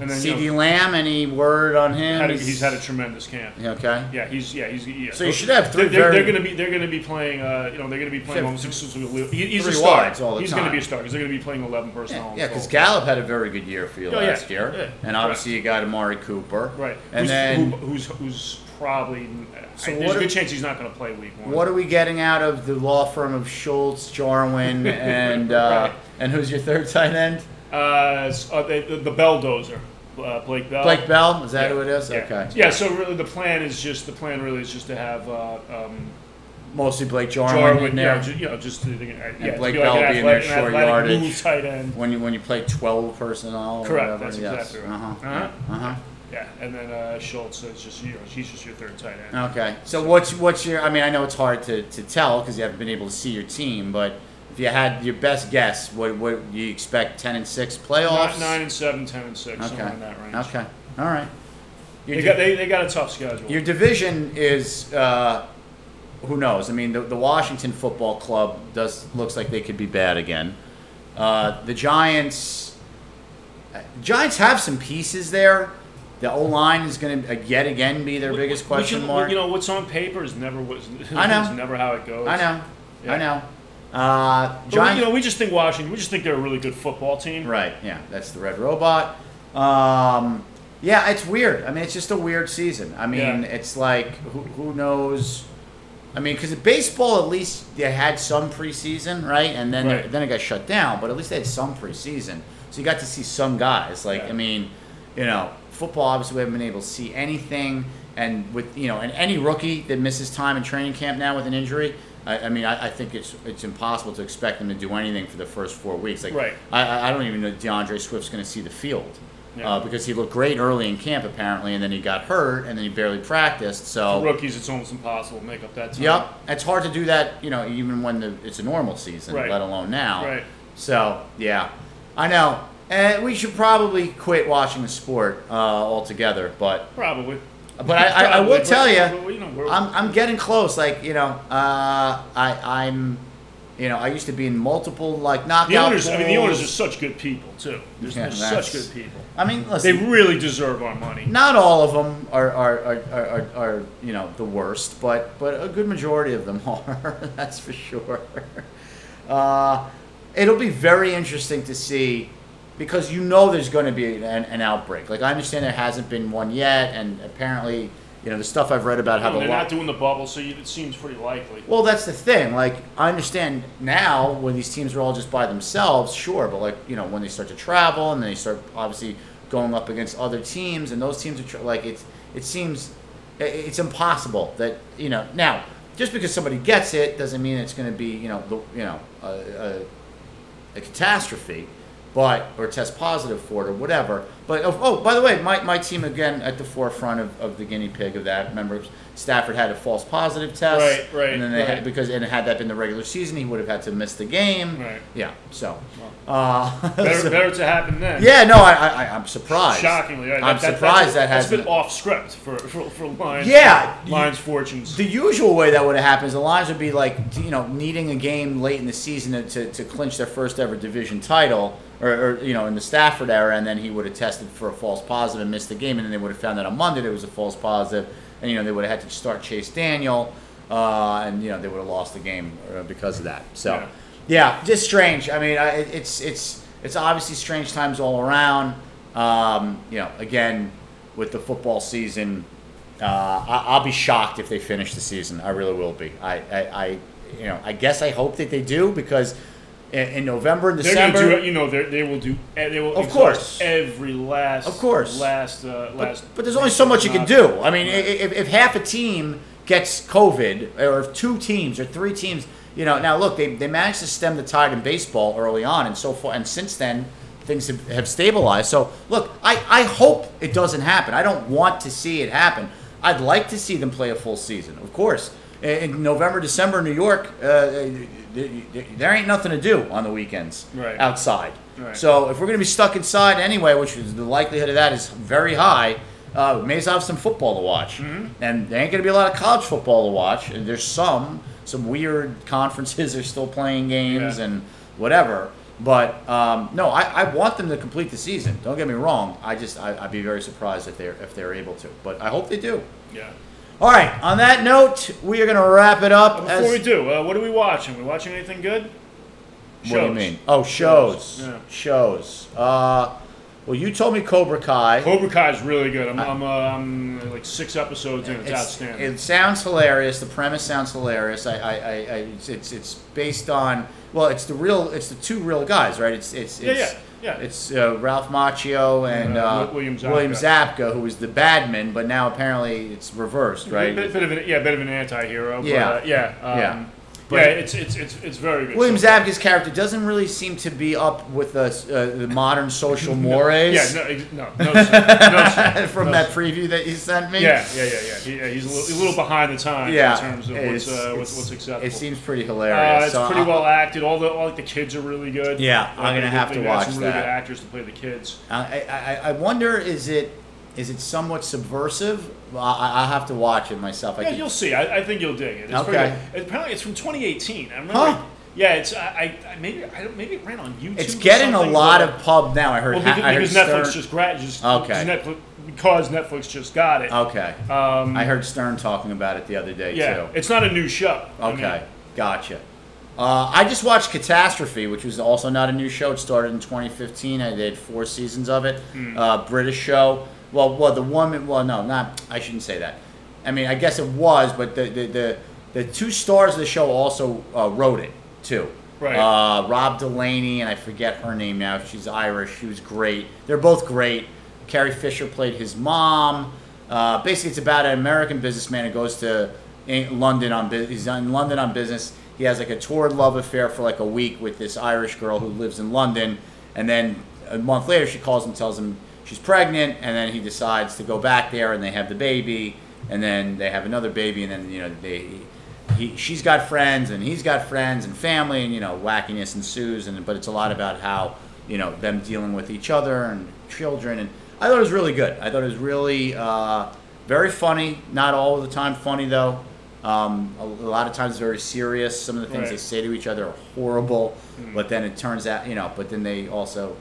Speaker 2: And then, you know,
Speaker 1: C.D. Lamb? Any word on him?
Speaker 2: had a, he's had a tremendous camp.
Speaker 1: Yeah, okay.
Speaker 2: Yeah, he's yeah he's yeah.
Speaker 1: So you should have three
Speaker 2: They're, they're,
Speaker 1: very-
Speaker 2: they're going to be they're going to be playing uh you know they're going to be playing
Speaker 1: have
Speaker 2: almost exclusively. He, he's
Speaker 1: three
Speaker 2: a star.
Speaker 1: wides all the
Speaker 2: he's going to
Speaker 1: time.
Speaker 2: be a star because they're going to be playing eleven personnel.
Speaker 1: Yeah, because
Speaker 2: total.
Speaker 1: Gallup had a very good year for you
Speaker 2: Oh, yeah.
Speaker 1: last year,
Speaker 2: Yeah.
Speaker 1: and obviously you got Amari Cooper.
Speaker 2: right.
Speaker 1: And
Speaker 2: who's,
Speaker 1: then,
Speaker 2: who, who's who's probably
Speaker 1: So
Speaker 2: there's
Speaker 1: what
Speaker 2: a
Speaker 1: are-
Speaker 2: good chance he's not going to play week one.
Speaker 1: what are we getting out of the law firm of Schultz, Jarwin, and uh,
Speaker 2: Right.
Speaker 1: and who's your third tight end?
Speaker 2: uh, s- uh, the, the, the Belldozer, uh, Blake Bell.
Speaker 1: Blake Bell. Is that who it is?
Speaker 2: Yeah.
Speaker 1: Okay.
Speaker 2: Yeah. So really, the plan is just the plan really is just to have uh, um,
Speaker 1: Mostly Blake Jarwin,
Speaker 2: Jarwin,
Speaker 1: in
Speaker 2: you know,
Speaker 1: there.
Speaker 2: ju- you know, just to, yeah, to
Speaker 1: Blake
Speaker 2: be like
Speaker 1: Bell
Speaker 2: an
Speaker 1: being their
Speaker 2: athletic- an
Speaker 1: short
Speaker 2: athletic
Speaker 1: yardage.
Speaker 2: move tight end.
Speaker 1: When you when you play twelve personnel. Or
Speaker 2: Correct.
Speaker 1: Whatever.
Speaker 2: That's
Speaker 1: yes.
Speaker 2: exactly right.
Speaker 1: Uh-huh.
Speaker 2: Uh-huh.
Speaker 1: Uh-huh.
Speaker 2: Yeah, and then uh, Schultz is just you know he's just your third tight end.
Speaker 1: Okay. So what's what's your? I mean, I know it's hard to, to tell because you haven't been able to see your team, but if you had your best guess, what what do you expect? Ten and six playoffs.
Speaker 2: Nine, nine and seven, ten and six, somewhere in that range.
Speaker 1: Okay. All right. Your,
Speaker 2: They
Speaker 1: di-
Speaker 2: got they, they got a tough schedule.
Speaker 1: your division is uh, who knows? I mean, the, the Washington Football Club does looks like they could be bad again. Uh, the Giants. uh, Giants have some pieces there. The O line is going to yet again be their
Speaker 2: Wh-
Speaker 1: biggest
Speaker 2: wh-
Speaker 1: question
Speaker 2: which is-
Speaker 1: mark.
Speaker 2: You know what's on paper is never what's
Speaker 1: I know.
Speaker 2: is never how it goes.
Speaker 1: I know.
Speaker 2: Yeah.
Speaker 1: I know. Uh,
Speaker 2: But we,
Speaker 1: Giants,
Speaker 2: you know, we just think Washington. We just think they're a really good football team.
Speaker 1: right? Yeah, that's the Red Robot. Um, yeah, it's weird. I mean, it's just a weird season. I mean,
Speaker 2: Yeah.
Speaker 1: it's like who, who knows? I mean, because baseball at least they had some preseason, right? And then
Speaker 2: Right.
Speaker 1: then it got shut down, but at least they had some preseason, so you got to see some guys. Like,
Speaker 2: Yeah.
Speaker 1: I mean, you know, football obviously we haven't been able to see anything, and with you know, and any rookie that misses time in training camp now with an injury. I, I mean, I, I think it's it's impossible to expect them to do anything for the first four weeks. Like,
Speaker 2: Right.
Speaker 1: I- I, I don't even know DeAndre Swift's going to see the field
Speaker 2: Yeah.
Speaker 1: uh, because he looked great early in camp apparently, and then he got hurt, and then he barely practiced. So,
Speaker 2: Rookies, it's almost impossible to make up that time.
Speaker 1: yep, it's hard to do that, you know, even when the, it's a normal season,
Speaker 2: Right.
Speaker 1: let alone now.
Speaker 2: Right.
Speaker 1: So, yeah, I know, and we should probably quit watching the sport uh, altogether. But,
Speaker 2: Probably.
Speaker 1: but I, I, I
Speaker 2: Probably.
Speaker 1: will tell
Speaker 2: We're-
Speaker 1: you,
Speaker 2: we're- you know, we're-
Speaker 1: I'm, I'm getting close. Like, you know, uh, I, I'm, you know, I used to be in multiple like knockout.
Speaker 2: the owners. I mean, the owners are
Speaker 1: pools.
Speaker 2: such good people too. There's,
Speaker 1: Yeah,
Speaker 2: they're such
Speaker 1: that's-
Speaker 2: good people.
Speaker 1: I mean,
Speaker 2: They
Speaker 1: listen,
Speaker 2: really deserve our money.
Speaker 1: not all of them are are, are, are, are, are you know the worst, but but a good majority of them are. that's for sure. Uh, it'll be very interesting to see because you know there's going to be an, an outbreak. Like I understand there hasn't been one yet, and apparently you know the stuff I've read about how
Speaker 2: No,
Speaker 1: the
Speaker 2: they're
Speaker 1: lo-
Speaker 2: not doing the bubble, so you, it seems pretty likely.
Speaker 1: well, that's the thing. Like, I understand now when these teams are all just by themselves, sure, but like, you know, when they start to travel and they start obviously going up against other teams, and those teams are tr- like, it's it seems i- it's impossible that you know now just because somebody gets it doesn't mean it's going to be you know the you know a, a, a catastrophe, but or test positive for it or whatever. But oh, oh by the way, my, my team again at the forefront of, of the guinea pig of that. Remember, Stafford had a false positive test,
Speaker 2: Right, right,
Speaker 1: and then they
Speaker 2: right.
Speaker 1: had because and had that been the regular season, he would have had to miss the game.
Speaker 2: Right.
Speaker 1: Yeah. So. Uh,
Speaker 2: Better,
Speaker 1: so-
Speaker 2: better to happen then.
Speaker 1: Yeah, no, I, I, I- I'm surprised.
Speaker 2: Shockingly, right?
Speaker 1: I'm
Speaker 2: That- that-
Speaker 1: surprised that
Speaker 2: that's-
Speaker 1: hasn't.
Speaker 2: That's been off script for for, for Lions.
Speaker 1: Yeah, you-
Speaker 2: Lions fortunes.
Speaker 1: The usual way that would have happened is the Lions would be like, you know, needing a game late in the season to, to, to clinch their first ever division title, or, or, you know, in the Stafford era, and then he would have tested for a false positive and missed the game, and then they would have found out on Monday there was a false positive, and, you know, they would have had to start Chase Daniel, uh, and, you know, they would have lost the game uh, because of that. So,
Speaker 2: Yeah.
Speaker 1: yeah, just strange. I mean, I, it- it's, it's, it's obviously strange times all around. Um, you know, again, with the football season, uh, I, I'll be shocked if they finish the season. I really will be. I, I, I you know, I guess I hope that they do because in, in November and
Speaker 2: They're going
Speaker 1: December,
Speaker 2: to do, you know, they're- they will do, eh, they will
Speaker 1: Of
Speaker 2: exhaust
Speaker 1: course.
Speaker 2: every last,
Speaker 1: Of course.
Speaker 2: last, uh, last.
Speaker 1: but, but there's only so much you can do. I mean, i- i- if, if half a team gets COVID, or if two teams or three teams, you know, now look, they, they managed to stem the tide in baseball early on, and so far, and since then, things have, have stabilized. So look, I, I hope it doesn't happen. I don't want to see it happen. I'd like to see them play a full season, of course. In in November, December, New York, uh, there, there ain't nothing to do on the weekends
Speaker 2: Right.
Speaker 1: outside.
Speaker 2: Right.
Speaker 1: So so if we're going to be stuck inside anyway, which is the likelihood of that is very high, uh, we may as well have some football to watch.
Speaker 2: Mm-hmm.
Speaker 1: And there ain't going to be a lot of college football to watch. And there's some some weird conferences are still playing games
Speaker 2: Yeah.
Speaker 1: and whatever. But um, no, I, I want them to complete the season. Don't get me wrong. I just I, I'd be very surprised if they're if they're able to. But I hope they do.
Speaker 2: yeah.
Speaker 1: All right. On that note, we are going to wrap it up.
Speaker 2: Before
Speaker 1: as-
Speaker 2: we do, uh, what are we watching? We watching anything good?
Speaker 1: What do you
Speaker 2: Shows.
Speaker 1: mean? Oh, shows.
Speaker 2: Yeah.
Speaker 1: Shows. Uh, well, you told me Cobra Kai.
Speaker 2: Cobra Kai is really good. I'm, I'm, uh, I'm like six episodes in. It's,
Speaker 1: It's-
Speaker 2: outstanding.
Speaker 1: It sounds hilarious. The premise sounds hilarious. I, I, I, I it's, it's, it's based on well, it's the real, it's the two real guys, right? It's, it's,
Speaker 2: Yeah,
Speaker 1: it's
Speaker 2: yeah, yeah.
Speaker 1: It's uh, Ralph Macchio and
Speaker 2: uh,
Speaker 1: uh,
Speaker 2: Wi- William Zabka.
Speaker 1: Zabka, who was the badman, but now apparently it's reversed, right?
Speaker 2: Bit, bit of an, yeah, bit of an anti-hero.
Speaker 1: Yeah.
Speaker 2: But, uh, yeah.
Speaker 1: Yeah.
Speaker 2: Um, yeah.
Speaker 1: But-
Speaker 2: It's it's it's it's very good.
Speaker 1: William
Speaker 2: so-
Speaker 1: Zabka's character doesn't really seem to be up with the, uh, the modern social mores
Speaker 2: Yeah. No. ex- No. No. sir. no sir.
Speaker 1: from
Speaker 2: no,
Speaker 1: that
Speaker 2: sir.
Speaker 1: preview that you sent me.
Speaker 2: Yeah, yeah, yeah, yeah. He, yeah he's a little, a little behind the times
Speaker 1: yeah.
Speaker 2: in terms of
Speaker 1: it's-
Speaker 2: what's, uh,
Speaker 1: it's-
Speaker 2: what's, what's acceptable.
Speaker 1: It seems pretty
Speaker 2: Uh,
Speaker 1: hilarious.
Speaker 2: it's
Speaker 1: So
Speaker 2: pretty
Speaker 1: I-
Speaker 2: well acted. All the all like the kids are really good.
Speaker 1: Yeah,
Speaker 2: Uh,
Speaker 1: I'm gonna
Speaker 2: they-
Speaker 1: have to
Speaker 2: they've got
Speaker 1: watch
Speaker 2: some really
Speaker 1: that.
Speaker 2: good actors to play the kids.
Speaker 1: I, I, I wonder is it is it somewhat subversive? Well, I, I have to watch it myself. I
Speaker 2: Yeah,
Speaker 1: could-
Speaker 2: you'll see. I, I think you'll dig it. It's pretty
Speaker 1: Okay.
Speaker 2: good. Apparently, it's from 2018. I remember.
Speaker 1: Huh.
Speaker 2: Yeah, it's I, I I- maybe I don't maybe it ran on YouTube.
Speaker 1: it's
Speaker 2: or
Speaker 1: getting a
Speaker 2: something,
Speaker 1: lot
Speaker 2: but-
Speaker 1: of pub now. I heard.
Speaker 2: well
Speaker 1: ha-
Speaker 2: because,
Speaker 1: I heard
Speaker 2: because Netflix
Speaker 1: Stern,
Speaker 2: just grad just
Speaker 1: Okay.
Speaker 2: because Netflix, because Netflix just got it.
Speaker 1: okay.
Speaker 2: Um,
Speaker 1: I heard Stern talking about it the other day
Speaker 2: yeah,
Speaker 1: too.
Speaker 2: Mm-hmm. it's not a new show. I mean,
Speaker 1: Okay, gotcha. Uh, I just watched Catastrophe, which was also not a new show. It started in 2015. I did four seasons of it. Uh, British show. Well, well, the woman. Well, no, not. I shouldn't say that. I mean, I guess it was, but the the the, the two stars of the show also uh, wrote it too.
Speaker 2: Right.
Speaker 1: Uh, Rob Delaney and I forget her name now. She's Irish. She was great. They're both great. Carrie Fisher played his mom. Uh, basically, it's about an American businessman who goes to in- London on business. He's in London on business. He has like a torrid love affair for like a week with this Irish girl who lives in London, and then a month later she calls and tells him she's pregnant, and then he decides to go back there, and they have the baby, and then they have another baby, and then you know they he, she's got friends and he's got friends and family and you know wackiness ensues and but it's a lot about how you know them dealing with each other and children and I thought it was really good. I thought it was really uh, very funny. Not all the time funny though. Um, a, a lot of times very serious. Some of the things
Speaker 2: Right.
Speaker 1: they say to each other are horrible. But then it turns out you know. But then they also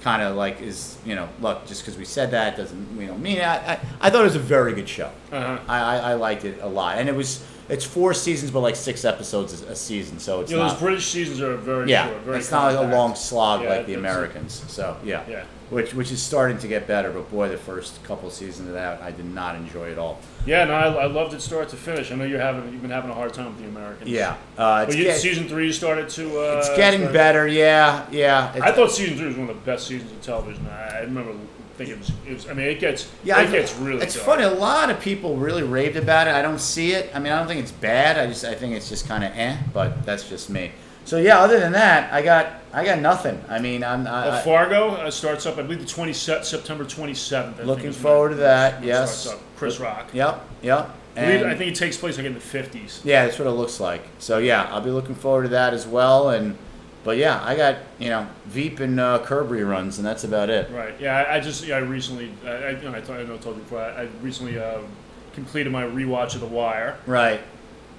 Speaker 1: kind of like is you know look just because we said that doesn't we don't mean it. I, I, I thought it was a very good show.
Speaker 2: Uh-huh.
Speaker 1: I, I I liked it a lot, and it was it's four seasons but like six episodes a a season, so it's
Speaker 2: You know, those
Speaker 1: not
Speaker 2: British seasons are very
Speaker 1: yeah
Speaker 2: short. Very
Speaker 1: it's not like a
Speaker 2: compact.
Speaker 1: long slog
Speaker 2: Yeah,
Speaker 1: like the
Speaker 2: it's-
Speaker 1: Americans. So yeah,
Speaker 2: Yeah.
Speaker 1: which which is starting to get better, but boy, the first couple seasons of that I did not enjoy at all.
Speaker 2: Yeah, no, I, I loved it start to finish. I know you're having you've been having a hard time with the Americans.
Speaker 1: Yeah, uh,
Speaker 2: But
Speaker 1: it's,
Speaker 2: you,
Speaker 1: get-
Speaker 2: season three started to. Uh,
Speaker 1: it's getting
Speaker 2: started-
Speaker 1: better. Yeah, yeah. It's,
Speaker 2: I thought season three was one of the best seasons of television. I, I remember thinking it was, it was. I mean, it gets.
Speaker 1: Yeah,
Speaker 2: Yeah, it
Speaker 1: I-
Speaker 2: gets really.
Speaker 1: It's
Speaker 2: dark.
Speaker 1: funny. A lot of people really raved about it. I don't see it. I mean, I don't think it's bad. I just I think it's just kind of eh. But that's just me. So yeah. Other than that, I got I got nothing. I mean, I'm I,
Speaker 2: Uh,
Speaker 1: I-
Speaker 2: Fargo uh, starts up, I believe, the 27th, September 27th. I think
Speaker 1: looking
Speaker 2: is when
Speaker 1: forward to that.
Speaker 2: it
Speaker 1: Yes.
Speaker 2: starts up. Chris Rock.
Speaker 1: Yep. Yep.
Speaker 2: I believe-
Speaker 1: And-
Speaker 2: I think it takes place like in the 50s.
Speaker 1: Yeah, that's what it looks like. So yeah, I'll be looking forward to that as well. And but yeah, I got you know Veep and uh, Curb reruns, and that's about it.
Speaker 2: Right. Yeah. I, I just. Yeah. I recently. I. I, you know, I, told, I know I told you before. I, I recently uh, completed my rewatch of The Wire.
Speaker 1: Right.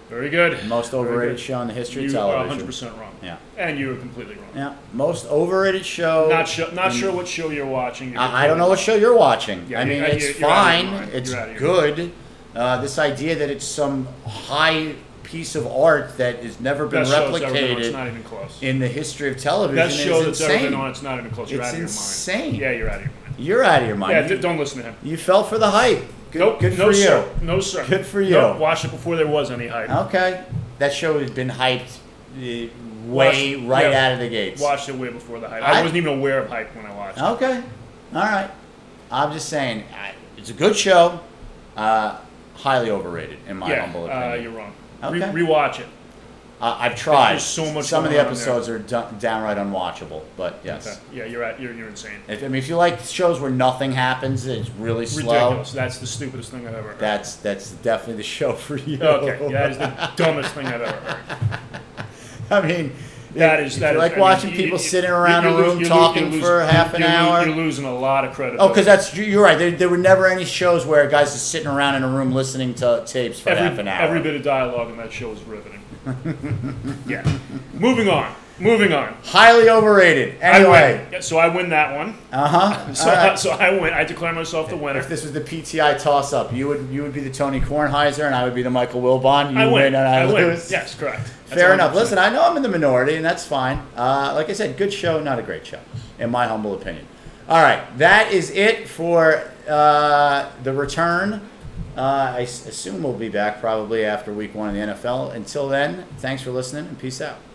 Speaker 2: Very good.
Speaker 1: Most
Speaker 2: Very good.
Speaker 1: overrated show in the history of
Speaker 2: You are
Speaker 1: television.
Speaker 2: 100 percent wrong.
Speaker 1: Yeah.
Speaker 2: And you were completely wrong.
Speaker 1: Yeah. Most overrated show.
Speaker 2: Not sure. Not sure what show you're watching. You're
Speaker 1: I, I don't know what show you're watching.
Speaker 2: Yeah,
Speaker 1: I mean,
Speaker 2: you're-
Speaker 1: it's
Speaker 2: you're- you're out of
Speaker 1: fine.
Speaker 2: your mind.
Speaker 1: It's
Speaker 2: You're out of your
Speaker 1: good. Uh, this idea that it's some high piece of art that has never been
Speaker 2: best show that's ever been on. It's
Speaker 1: replicated
Speaker 2: not even close.
Speaker 1: in the history of television
Speaker 2: Best
Speaker 1: is
Speaker 2: show that's
Speaker 1: insane.
Speaker 2: ever been on. It's not even close. You're
Speaker 1: It's
Speaker 2: out of your mind.
Speaker 1: insane.
Speaker 2: Yeah, you're out of your mind.
Speaker 1: You're out of your mind.
Speaker 2: Yeah,
Speaker 1: you,
Speaker 2: d- don't listen to him.
Speaker 1: you fell for the hype. Good,
Speaker 2: nope.
Speaker 1: good
Speaker 2: no
Speaker 1: for you.
Speaker 2: sir. No sir.
Speaker 1: Good for
Speaker 2: Nope,
Speaker 1: you.
Speaker 2: Watch it before there was any hype.
Speaker 1: Okay. That show has been hyped uh, way
Speaker 2: Watched-
Speaker 1: right
Speaker 2: yeah.
Speaker 1: out of the gates.
Speaker 2: Watched it way before the hype.
Speaker 1: I-
Speaker 2: I, wasn't even aware of hype when I watched. it.
Speaker 1: Okay. All right. I'm just saying, I, it's a good show. Uh, highly overrated, in my humble
Speaker 2: yeah, uh,
Speaker 1: opinion.
Speaker 2: you're wrong.
Speaker 1: Okay.
Speaker 2: Re- rewatch it.
Speaker 1: Uh, I've tried.
Speaker 2: There's so much
Speaker 1: Some of the
Speaker 2: going on there.
Speaker 1: episodes are d- downright unwatchable, but yes.
Speaker 2: Okay. Yeah, you're at. You're, you're insane.
Speaker 1: If, I mean, if you like shows where nothing happens, it's really slow.
Speaker 2: Ridiculous. That's the stupidest thing I've ever heard.
Speaker 1: That's that's definitely the show for you.
Speaker 2: okay. Yeah, that is the dumbest thing I've ever heard.
Speaker 1: I mean,
Speaker 2: That is
Speaker 1: if
Speaker 2: that
Speaker 1: you
Speaker 2: is-
Speaker 1: like
Speaker 2: I mean,
Speaker 1: watching
Speaker 2: you-
Speaker 1: people
Speaker 2: you-
Speaker 1: sitting around
Speaker 2: you-
Speaker 1: a
Speaker 2: you lose-
Speaker 1: room
Speaker 2: you lose-
Speaker 1: talking
Speaker 2: you lose-
Speaker 1: for
Speaker 2: you-
Speaker 1: half an
Speaker 2: you lose-
Speaker 1: hour.
Speaker 2: You're losing a lot of credit.
Speaker 1: Oh, because that's you- you're right. There, there were never any shows where guys are sitting around in a room listening to tapes for
Speaker 2: every,
Speaker 1: half an hour.
Speaker 2: every bit of dialogue in that show is riveting. yeah. Moving on. Moving on.
Speaker 1: Highly overrated.
Speaker 2: I win.
Speaker 1: Anyway,
Speaker 2: Yeah, so I win that one.
Speaker 1: uh huh.
Speaker 2: So, so I win. I declare myself the winner.
Speaker 1: If this was the PTI toss-up, you would you would be the Tony Kornheiser and I would be the Michael Wilbon. You
Speaker 2: I win.
Speaker 1: and I,
Speaker 2: I win.
Speaker 1: lose.
Speaker 2: Yes, correct. That's
Speaker 1: Fair enough.
Speaker 2: 100%.
Speaker 1: Listen, I know I'm in the minority, and that's fine. Uh, like I said, good show, not a great show, in my humble opinion. All right, that is it for uh, the return. Uh, I s- assume we'll be back probably after week one of the NFL. Until then, thanks for listening and peace out.